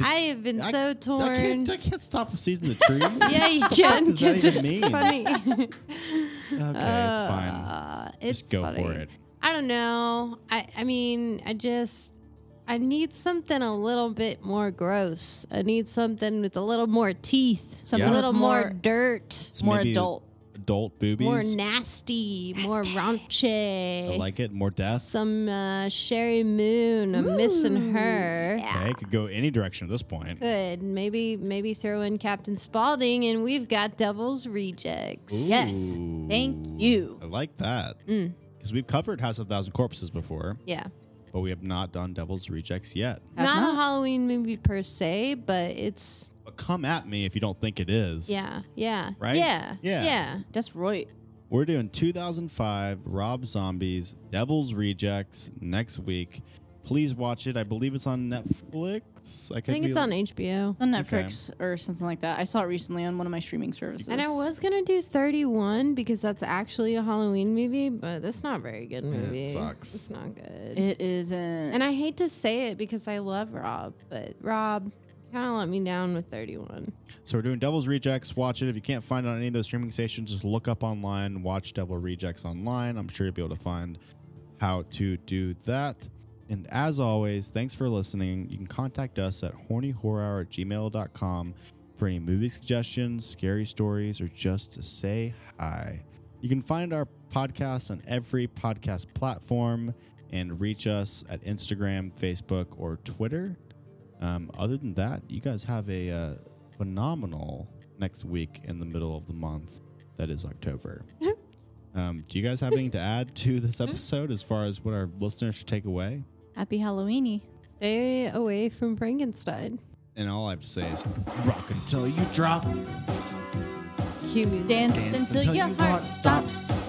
[SPEAKER 6] I have been
[SPEAKER 4] Oh. I-
[SPEAKER 6] so
[SPEAKER 4] I
[SPEAKER 6] torn.
[SPEAKER 4] can't, I can't stop with season of the trees.
[SPEAKER 6] yeah, you can
[SPEAKER 4] does that
[SPEAKER 6] because it's
[SPEAKER 4] even mean?
[SPEAKER 6] funny. okay,
[SPEAKER 4] Okay, it's
[SPEAKER 6] Uh,
[SPEAKER 4] fine.
[SPEAKER 6] It's
[SPEAKER 4] Just go for
[SPEAKER 6] funny.
[SPEAKER 4] it.
[SPEAKER 6] I don't know. I I mean, I just I need something a little bit more gross. I need something with a little more teeth,
[SPEAKER 5] Something
[SPEAKER 6] a
[SPEAKER 4] Yeah.
[SPEAKER 6] little
[SPEAKER 5] with
[SPEAKER 6] more,
[SPEAKER 5] more-
[SPEAKER 6] dirt,
[SPEAKER 4] So
[SPEAKER 5] More
[SPEAKER 4] maybe
[SPEAKER 5] adult.
[SPEAKER 4] adult boobies.
[SPEAKER 6] more nasty, more
[SPEAKER 4] I
[SPEAKER 6] raunchy.
[SPEAKER 4] like it. More death.
[SPEAKER 6] Some uh, Sherry Moon. I'm missing her.
[SPEAKER 4] Okay, it could go any direction at this point.
[SPEAKER 6] Good. Maybe maybe throw in Captain Spaulding, and we've got Devil's Rejects.
[SPEAKER 5] Yes.
[SPEAKER 4] Ooh.
[SPEAKER 5] Thank you.
[SPEAKER 4] I like that.
[SPEAKER 6] Mm.
[SPEAKER 4] Because we've covered House of Thousand Corpses before,
[SPEAKER 6] Yeah.
[SPEAKER 4] but we have not done Devil's Rejects yet.
[SPEAKER 5] Have
[SPEAKER 6] not,
[SPEAKER 5] not?
[SPEAKER 6] a Halloween movie per se, but it's
[SPEAKER 4] But come at me if you don't think it is.
[SPEAKER 6] yeah, yeah,
[SPEAKER 4] Right?
[SPEAKER 6] yeah,
[SPEAKER 4] Yeah.
[SPEAKER 6] yeah.
[SPEAKER 5] That's right.
[SPEAKER 4] We're doing 2005 Rob Zombies Devil's Rejects next week. Please watch it. I believe it's on Netflix. I,
[SPEAKER 6] I think it's on HBO.
[SPEAKER 5] It's on Netflix or something like that. I saw it recently on one of my streaming services.
[SPEAKER 6] And I was gonna do 31 because that's actually a Halloween movie, but that's not a very good movie.
[SPEAKER 4] sucks.
[SPEAKER 6] It's not good.
[SPEAKER 5] It isn't. And
[SPEAKER 6] and I hate to say it because I love Rob, but Rob kind of let me down with 31.
[SPEAKER 4] So we're doing Devil's Rejects. Watch it. If you can't find it on any of those streaming stations, just look up online, watch Devil Rejects online. I'm sure you'll be able to find how to do that. And as always, thanks for listening. You can contact us at hornyhorrorhour at gmail.com for any movie suggestions, scary stories, or just to say hi. You can find our podcast on every podcast platform and reach us at Instagram, Facebook, or Twitter. Um, other than that, you guys have a uh, phenomenal next week in the middle of the month that is October. um, do you guys have anything to add to this episode as far as what our listeners should take away?
[SPEAKER 5] Happy Halloweeny.
[SPEAKER 6] Stay away from Frankenstein.
[SPEAKER 4] And all I have to say is rock until you drop.
[SPEAKER 6] Cue music.
[SPEAKER 5] Dance, until, your heart stops.